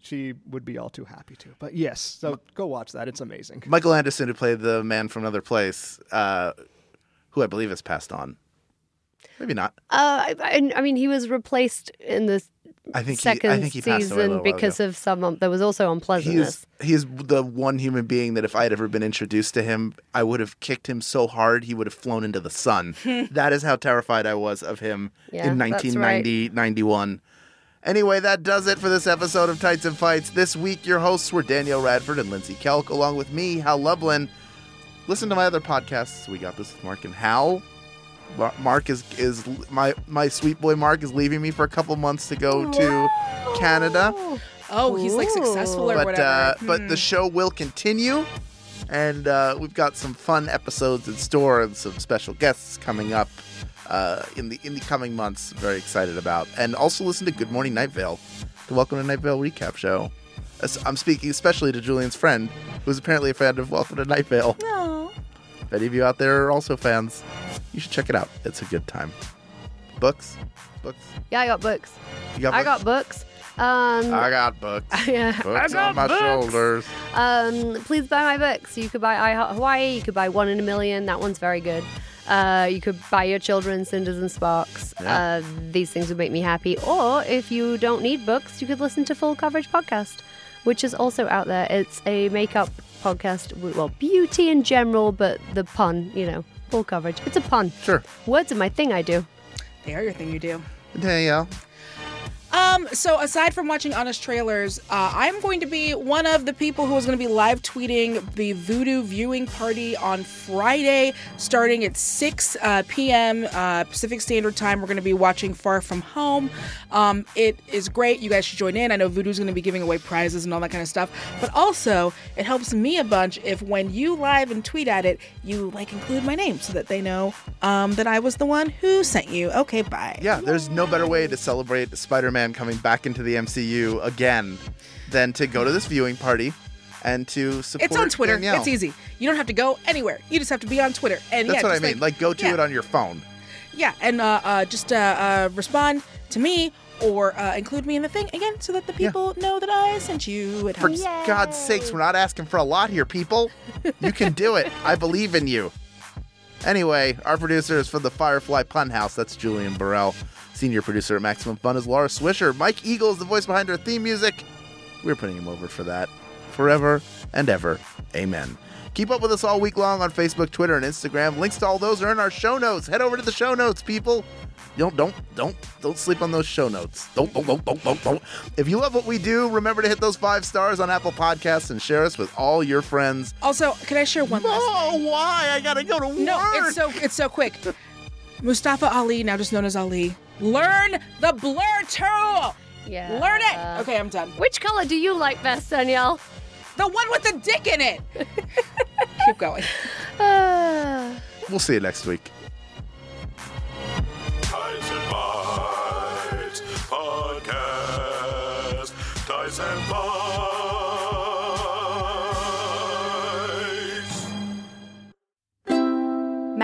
Speaker 6: she would be all too happy to. But yes, so go watch that. It's amazing.
Speaker 1: Michael Anderson, who played the man from another place, uh, who I believe has passed on. Maybe not.
Speaker 5: Uh, I, I mean, he was replaced in the
Speaker 1: I think he- I
Speaker 5: second
Speaker 1: think he passed away a little while
Speaker 5: season because of some. Um, there was also
Speaker 1: He
Speaker 5: unpleasantness.
Speaker 1: is, he is the one human being that if I had ever been introduced to him, I would have kicked him so hard he would have flown into the sun. that is how terrified I was of him
Speaker 5: Yeah,
Speaker 1: in
Speaker 5: that's
Speaker 1: 1990, 91. Anyway, that does it for this episode of Tights and Fights. This week, your hosts were Danielle Radford and Lindsay Kelk, along with me, Hal Lublin. Listen to my other podcasts. We got this with Mark and Hal. Mar- Mark is is my my sweet boy. Mark is leaving me for a couple months to go to Canada.
Speaker 2: Oh, he's like successful or
Speaker 1: but,
Speaker 2: whatever.
Speaker 1: Uh, But
Speaker 5: Hmm.
Speaker 1: the show will continue, and uh, we've got some fun episodes in store and some special guests coming up uh, in the in the coming months. Very excited about, and also listen to Good Morning Night Vale, the Welcome to Night Vale recap show. As- I'm speaking especially to Julian's friend, who's apparently a fan of Welcome to Night Vale.
Speaker 2: No.
Speaker 1: If any of you out there are also fans, you should check it out. It's a good time. Books, books.
Speaker 5: Yeah, I got books.
Speaker 1: You got
Speaker 5: I
Speaker 1: books?
Speaker 5: got books. Um,
Speaker 1: I got books.
Speaker 5: Yeah, I
Speaker 1: Books
Speaker 5: got
Speaker 1: on my
Speaker 5: books.
Speaker 1: shoulders.
Speaker 5: Um, please buy my books. You could buy I Heart Hawaii. You could buy One in a Million. That one's very good. Uh, you could buy your children Cinders and Sparks.
Speaker 1: Yeah.
Speaker 5: Uh, these things would make me happy. Or if you don't need books, you could listen to Full Coverage Podcast, which is also out there. It's a makeup podcast. w- Well, beauty in general, but the pun, you know, full coverage. It's a pun.
Speaker 1: Sure.
Speaker 5: Words are my thing. I do.
Speaker 2: They are your thing you do.
Speaker 1: Danielle.
Speaker 2: Um, so aside from watching honest trailers, uh, I'm going to be one of the people who is going to be live tweeting the Voodoo viewing party on Friday, starting at 6 uh, p.m. Uh, Pacific Standard Time. We're going to be watching Far From Home. Um, it is great. You guys should join in. I know Voodoo's going to be giving away prizes and all that kind of stuff, but also it helps me a bunch if when you live and tweet at it, you like include my name so that they know um, that I was the one who sent you. Okay, bye.
Speaker 1: Yeah, there's no better way to celebrate Spider Man coming back into the MCU again than to go to this viewing party and to support.
Speaker 2: It's on Twitter.
Speaker 1: Danielle.
Speaker 2: It's easy. You don't have to go anywhere. You just have to be on Twitter. And
Speaker 1: That's
Speaker 2: yeah,
Speaker 1: what I
Speaker 2: just,
Speaker 1: mean. Like, go to
Speaker 2: yeah.
Speaker 1: it on your phone.
Speaker 2: Yeah, and uh, uh, just uh, uh, respond to me or uh, include me in the thing again, so that the people know that I sent you. It
Speaker 1: For
Speaker 2: helps.
Speaker 1: God's sakes, we're not asking for a lot here, people. You can do it. I believe in you. Anyway, our producer is from the Firefly Pun House. That's Julian Burrell. Senior producer at Maximum Fun is Laura Swisher. Mike Eagle is the voice behind our theme music. We're putting him over for that. Forever and ever. Amen. Keep up with us all week long on Facebook, Twitter, and Instagram. Links to all those are in our show notes. Head over to the show notes, people. Don't don't don't don't sleep on those show notes. Don't don't don't don't don't don't. If you love what we do, remember to hit those five stars on Apple Podcasts and share us with all your friends.
Speaker 2: Also, can I share one
Speaker 1: no,
Speaker 2: last thing?
Speaker 1: Oh, why? I gotta go to work.
Speaker 2: No, it's so it's so quick. Mustafa Ali, now just known as Ali, learn the blur tool.
Speaker 5: Yeah. Uh,
Speaker 2: Learn it. Okay, I'm done.
Speaker 5: Which color do you like best, Danielle?
Speaker 2: The one with the dick in it. Keep going.
Speaker 5: Uh...
Speaker 1: We'll see you next week.
Speaker 3: Ties and Bites Podcast. Ties and Bites.